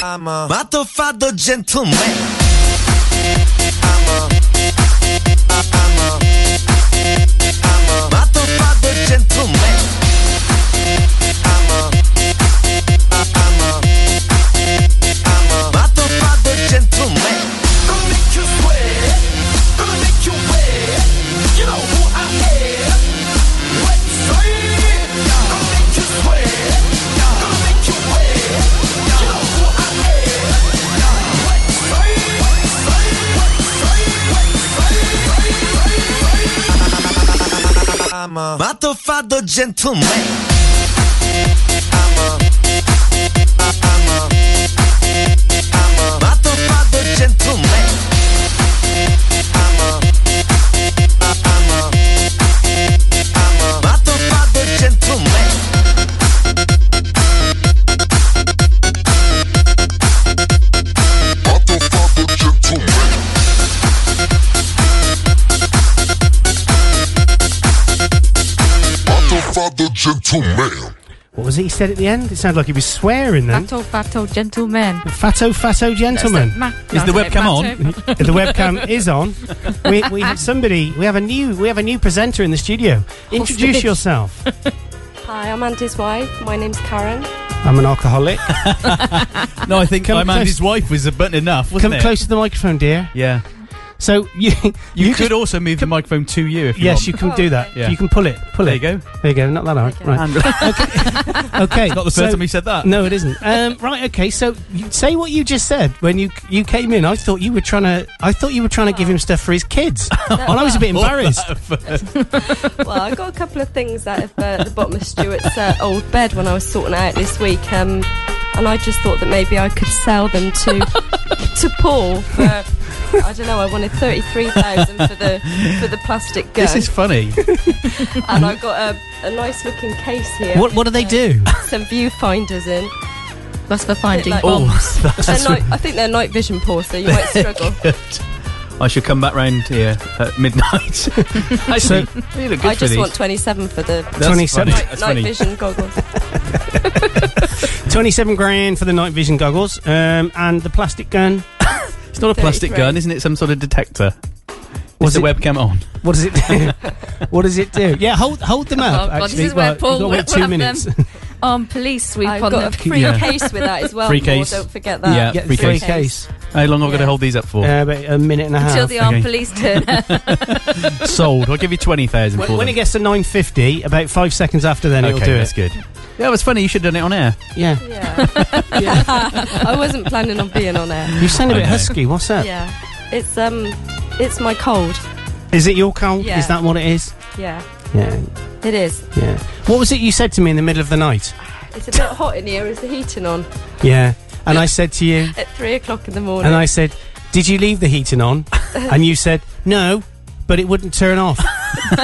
I'm a motherfucker gentleman. I'm a, I- I'm a, I'm a motherfucker gentleman. I'm a, I- I'm a. I'm a motherfucker gentleman. Gonna make you sweat, gonna make you wet. You know who I am. What you say? Gonna make you sweat, gonna make you wet. You know who I am. What you say? What you say? What you say? What you say? What you say? I'm a motherfucker gentleman. I'm a, I- I'm a. I'm a motherfucker gentleman. I'm a, I- I'm a, I'm a motherfucker gentleman. Motherfather gentleman. What was it he said at the end? It sounded like he was swearing then. Fatto, fatto, gentlemen. Fatto, fatto gentleman. That's it, ma- Is the that's it, webcam on? <laughs> fatto. the webcam is on. We, we have somebody. We have a new. We have a new presenter in the studio. Introduce Hostage. yourself. Hi, I'm Andy's wife. My <laughs> name's Karen. I'm <laughs> an alcoholic. No, I think Come I'm Andy's close- wife was a button enough, wasn't Come it? close to the microphone, <laughs> dear. Yeah. So you You, <laughs> you could just- also move the microphone to you if you Yes, want. you can do that. You can pull it. Pull There it. you go. There you go. <laughs> Not that hard. Right. okay. okay. It's not the first time you said that. No, it isn't. Um, right. Okay. So you say what you just said when you you came in. I thought you were trying to. I thought you were trying to give him stuff for his <laughs> kids, and I was a bit All that embarrassed. well, I got a couple of things out of uh, the bottom of Stuart's uh, old bed when I was sorting it out this week, um, and I just thought that maybe I could sell <laughs> them to to Paul. For, I don't know. I wanted thirty three thousand for the for the plastic gun. This is funny. and I got a, a nice looking case here. Uh, What- what do they do? Some viewfinders in. That's for finding Bit like- Oh, <laughs> bombs. They're that's- night- I think they're night vision poor, <laughs> so you might struggle. I should come back round here at midnight. Actually, you look good I for just these. want 27 for the That's 27. funny, night, that's night funny. vision goggles. <laughs> Twenty-seven grand for the night vision goggles um, and the plastic <laughs> gun. it's not a plastic gun, isn't it? Some sort of detector. Was Was the it- webcam on? What does it do? <laughs> what does it do? Yeah, hold hold <laughs> them up. Oh, God, this actually, is where Right, Paul we've got to will wait two have them. minutes. <laughs> On police sweep I've on got them. a free Yeah. case with that as well. Free Paul, case. Don't forget that. Yeah, free free case. case. How long have I got to hold these up for? Uh, about a minute and a half. Until the armed police <laughs> turn <laughs> up. Sold. I'll give you twenty thousand for When, when them. it gets to nine fifty, about five seconds after then, it'll Okay, do that's it. good. Yeah, it was funny. You should have done it on air. Yeah. <laughs> I wasn't planning on being on air. You sound a I bit know. husky. What's up? Yeah. It's um, it's my cold. Is it your cold? Yeah. Is that what it is? Yeah, Yeah. it is. Yeah. What was it you said to me in the middle of the night? It's a bit hot in here. Is the heating on Yeah. And I said to you, at three o'clock in the morning? and I said, "Did you leave the heating on?" And you said, "No." But it wouldn't turn off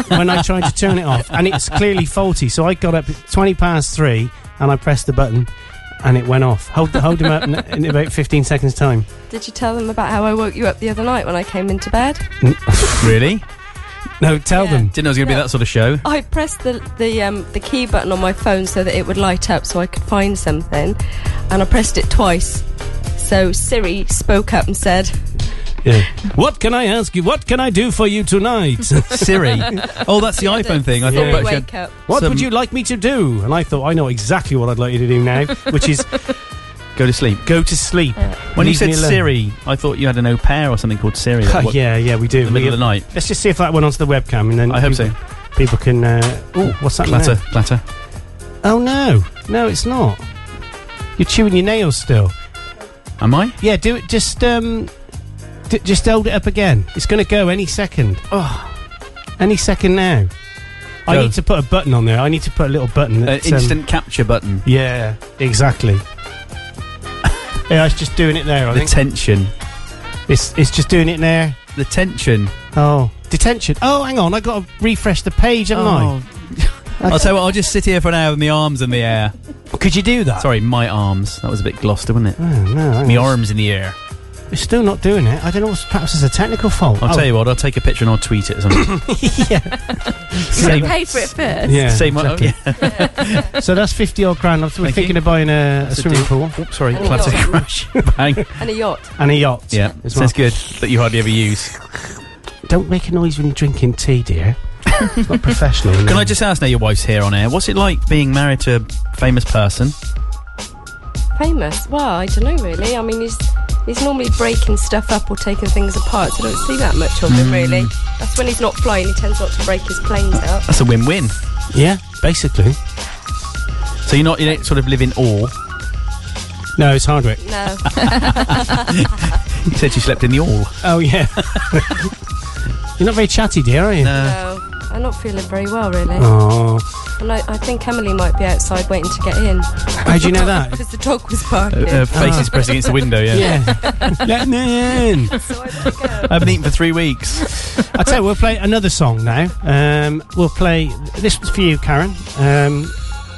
when I tried to turn it off, and it's clearly faulty. So I got up at twenty past three, and I pressed the button, and it went off. Hold the, hold him up in, in about fifteen seconds' time. Did you tell them about how I woke you up the other night when I came into bed? really? No, tell them. Didn't know it was going to be No. that sort of show. I pressed the the um, the key button on my phone so that it would light up so I could find something, and I pressed it twice. So Siri spoke up and said, Yeah. What can I ask you? What can I do for you <laughs> tonight? Siri. Oh, that's the iPhone thing. I thought Siri, actually wake had up. What some- would you like me to do? And I thought, I know exactly what I'd like you to do now, which is <laughs> Go to sleep. Go to sleep. When you Leave said me alone. Siri, I thought you had an au pair or something called Siri. <laughs> Oh, yeah, yeah, we do. In the middle We- of the night. Let's just see if that went onto the webcam, and then I hope so. people- People can. Uh, oh, what's that? Clatter, now? clatter. Oh no, no, it's not. You're chewing your nails still. Am I? Yeah. Do it. Just um, d- just hold it up again. It's going to go any second. Oh, any second now. I Go. need to put a button on there. I need to put a little button. An that's, um, instant capture button. Yeah, exactly. yeah, I was just doing it there. I the think. tension. It's it's just doing it there. The tension. Oh, detention. Oh, hang on. I got to refresh the page, Oh. haven't I? I'll tell you what, I'll just sit here for an hour with my arms in the air. Could you do that? Sorry, my arms. That was a bit Gloucester, wasn't it? Oh, no, hang my on. arms in the air. It's still not doing it. I don't know. What's, perhaps it's a technical fault. I'll Oh, tell you what, I'll take a picture and I'll tweet it or <coughs> something. You Same- pay for it first. Yeah, Same one. exactly. <laughs> so that's fifty odd grand. I'm we're Thank thinking you. of buying a, a That's a swimming deal. pool Oops, sorry, Oh, And a clatter yacht. crash. <laughs> Bang. And a yacht. <laughs> and a yacht. Yeah, as well. sounds good that you hardly ever use. Don't make a noise when you're drinking tea, dear. it's not professional. Can I just ask now your wife's here on air, what's it like being married to a famous person? Famous? Well, I don't know really. I mean, he's he's normally breaking stuff up or taking things apart, so I don't see that much of him Mm. really. That's when he's not flying. He tends not to break his planes up. That's a win-win. Yeah, basically. So you're not you don't sort of live in awe. No, it's Hardwick. No. <laughs> You <laughs> said she slept in the awe. Oh yeah. <laughs> you're not very chatty, dear, are you? no. I'm not feeling very well really. Oh, And I, I think Emily might be outside waiting to get in. How do you know <laughs> that? Because the dog was barking. Her face is pressed against the window, <laughs> yeah. Let me <laughs> in. I haven't eaten for three weeks. I tell you, we'll play another song now. Um, we'll play this one's for you, Karen. Um,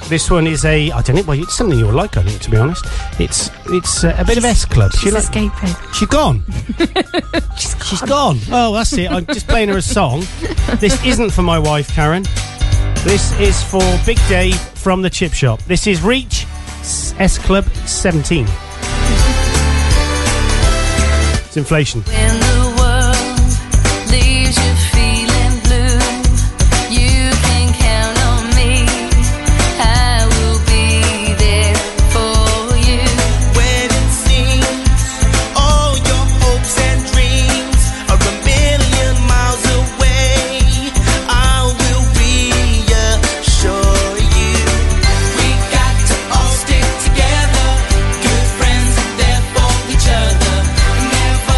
this one is a I don't know. Well, it's something you'll like, I think. To be honest, it's it's uh, a bit of S Club. She's like- escaping. She's <laughs> gone. She's gone. Oh, that's it. I'm just playing her a song. This isn't for my wife, Karen. This is for Big Dave from the Chip Shop. This is Reach S Club 17. It's inflation. When the world leaves you feeling blue, you can count on me. I will be there for you. When it seems all your hopes and dreams are a million miles away, I will reassure you. We got to all stick together, good friends and there for each other. Never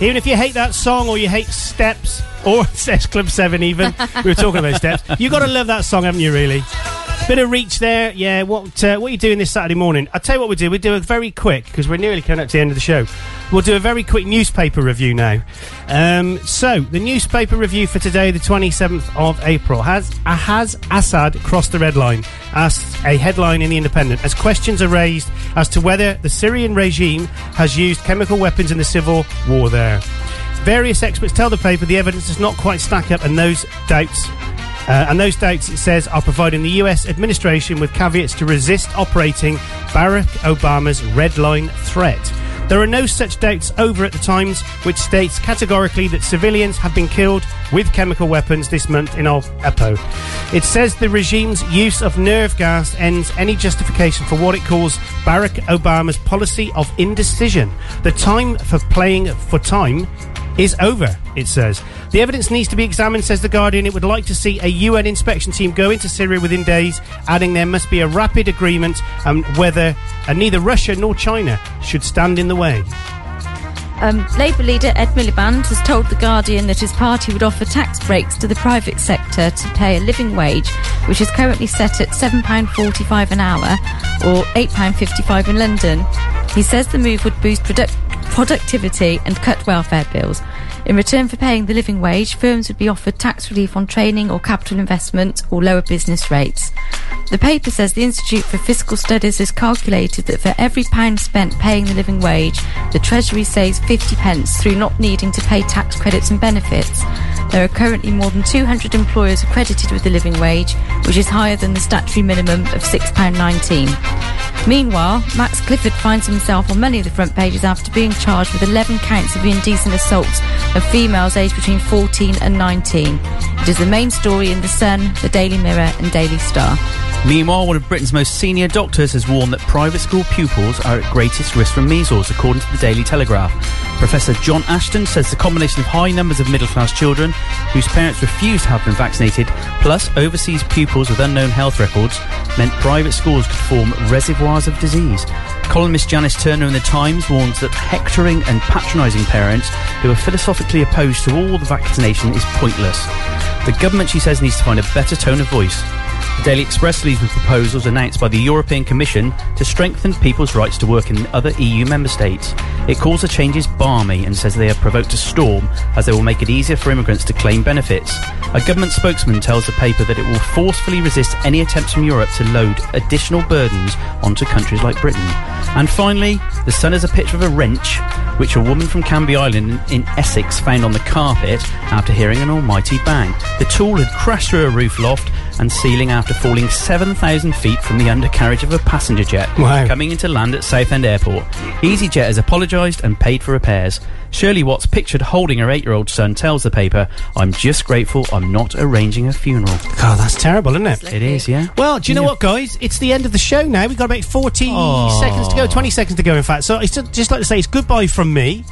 Even if you hate that song or you hate steps or <laughs> Sex Club 7 even, we were talking about steps, you got to love that song, haven't you, really? Bit of reach there, yeah. What uh, what are you doing this Saturday morning? I'll tell you what we'll do. We'll do a very quick, because we're nearly coming up to the end of the show. We'll do a very quick newspaper review now. Um, so, the newspaper review for today, the 27th of April, has, uh, has Assad crossed the red line? Asked a headline in The Independent, as questions are raised as to whether the Syrian regime has used chemical weapons in the civil war there. Various experts tell the paper the evidence does not quite stack up, and those doubts uh, and those doubts, it says, are providing the US administration with caveats to resist operating Barack Obama's red line threat. There are no such doubts over at the Times, which states categorically that civilians have been killed with chemical weapons this month in Aleppo. It says the regime's use of nerve gas ends any justification for what it calls Barack Obama's policy of indecision. The time for playing for time is over, it says. The evidence needs to be examined, says The Guardian. It would like to see a UN inspection team go into Syria within days, adding there must be a rapid agreement and whether and neither Russia nor China should stand in the way. Um, Labour leader Ed Miliband has told The Guardian that his party would offer tax breaks to the private sector to pay a living wage, which is currently set at £7.45 an hour or £8.55 in London. He says the move would boost product- productivity and cut welfare bills. In return for paying the living wage, firms would be offered tax relief on training or capital investment or lower business rates. The paper says the Institute for Fiscal Studies has calculated that for every pound spent paying the living wage, the Treasury saves 50 pence through not needing to pay tax credits and benefits. There are currently more than 200 employers accredited with the living wage, which is higher than the statutory minimum of £6.19. Meanwhile, Max Clifford finds himself on many of the front pages after being charged with 11 counts of indecent assaults of females aged between 14 and 19. It is the main story in The Sun, The Daily Mirror, and Daily Star. Meanwhile, one of Britain's most senior doctors has warned that private school pupils are at greatest risk from measles, according to the Daily Telegraph. Professor John Ashton says the combination of high numbers of middle class children whose parents refuse to have them vaccinated, plus overseas pupils with unknown health records, meant private schools could form reservoirs of disease. Columnist Janice Turner in The Times warns that hectoring and patronising parents who are philosophically opposed to all the vaccination is pointless. The government, she says, needs to find a better tone of voice. The Daily Express leads with proposals announced by the European Commission to strengthen people's rights to work in other EU member states. It calls the changes balmy and says they are provoked a storm as they will make it easier for immigrants to claim benefits. A government spokesman tells the paper that it will forcefully resist any attempts from Europe to load additional burdens onto countries like Britain. And finally, the Sun has a picture of a wrench which a woman from Canby Island in Essex found on the carpet after hearing an almighty bang. The tool had crashed through a roof loft and ceiling after falling 7,000 feet from the undercarriage of a passenger jet coming into land at Southend Airport. EasyJet has apologised and paid for repairs. Shirley Watts, pictured holding her eight year old son, tells the paper, I'm just grateful I'm not arranging a funeral. God, that's terrible, isn't it? It is, yeah. Well, do you know what, guys? It's the end of the show now. We've got about 40 Aw. seconds to go, 20 seconds to go, in fact. So it's just, just like to say it's goodbye from me.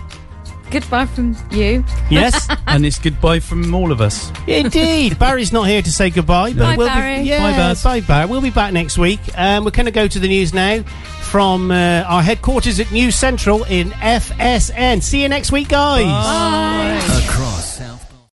Goodbye from you. <laughs> Yes. and it's goodbye from all of us. Indeed. Barry's not here to say goodbye. But Bye, we'll Barry. Be, yeah, Bye, Baz. Bye, Barry. We'll be back next week. Um, we're going to go to the news now from uh, our headquarters at News Central in FSN. See you next week, guys. Bye.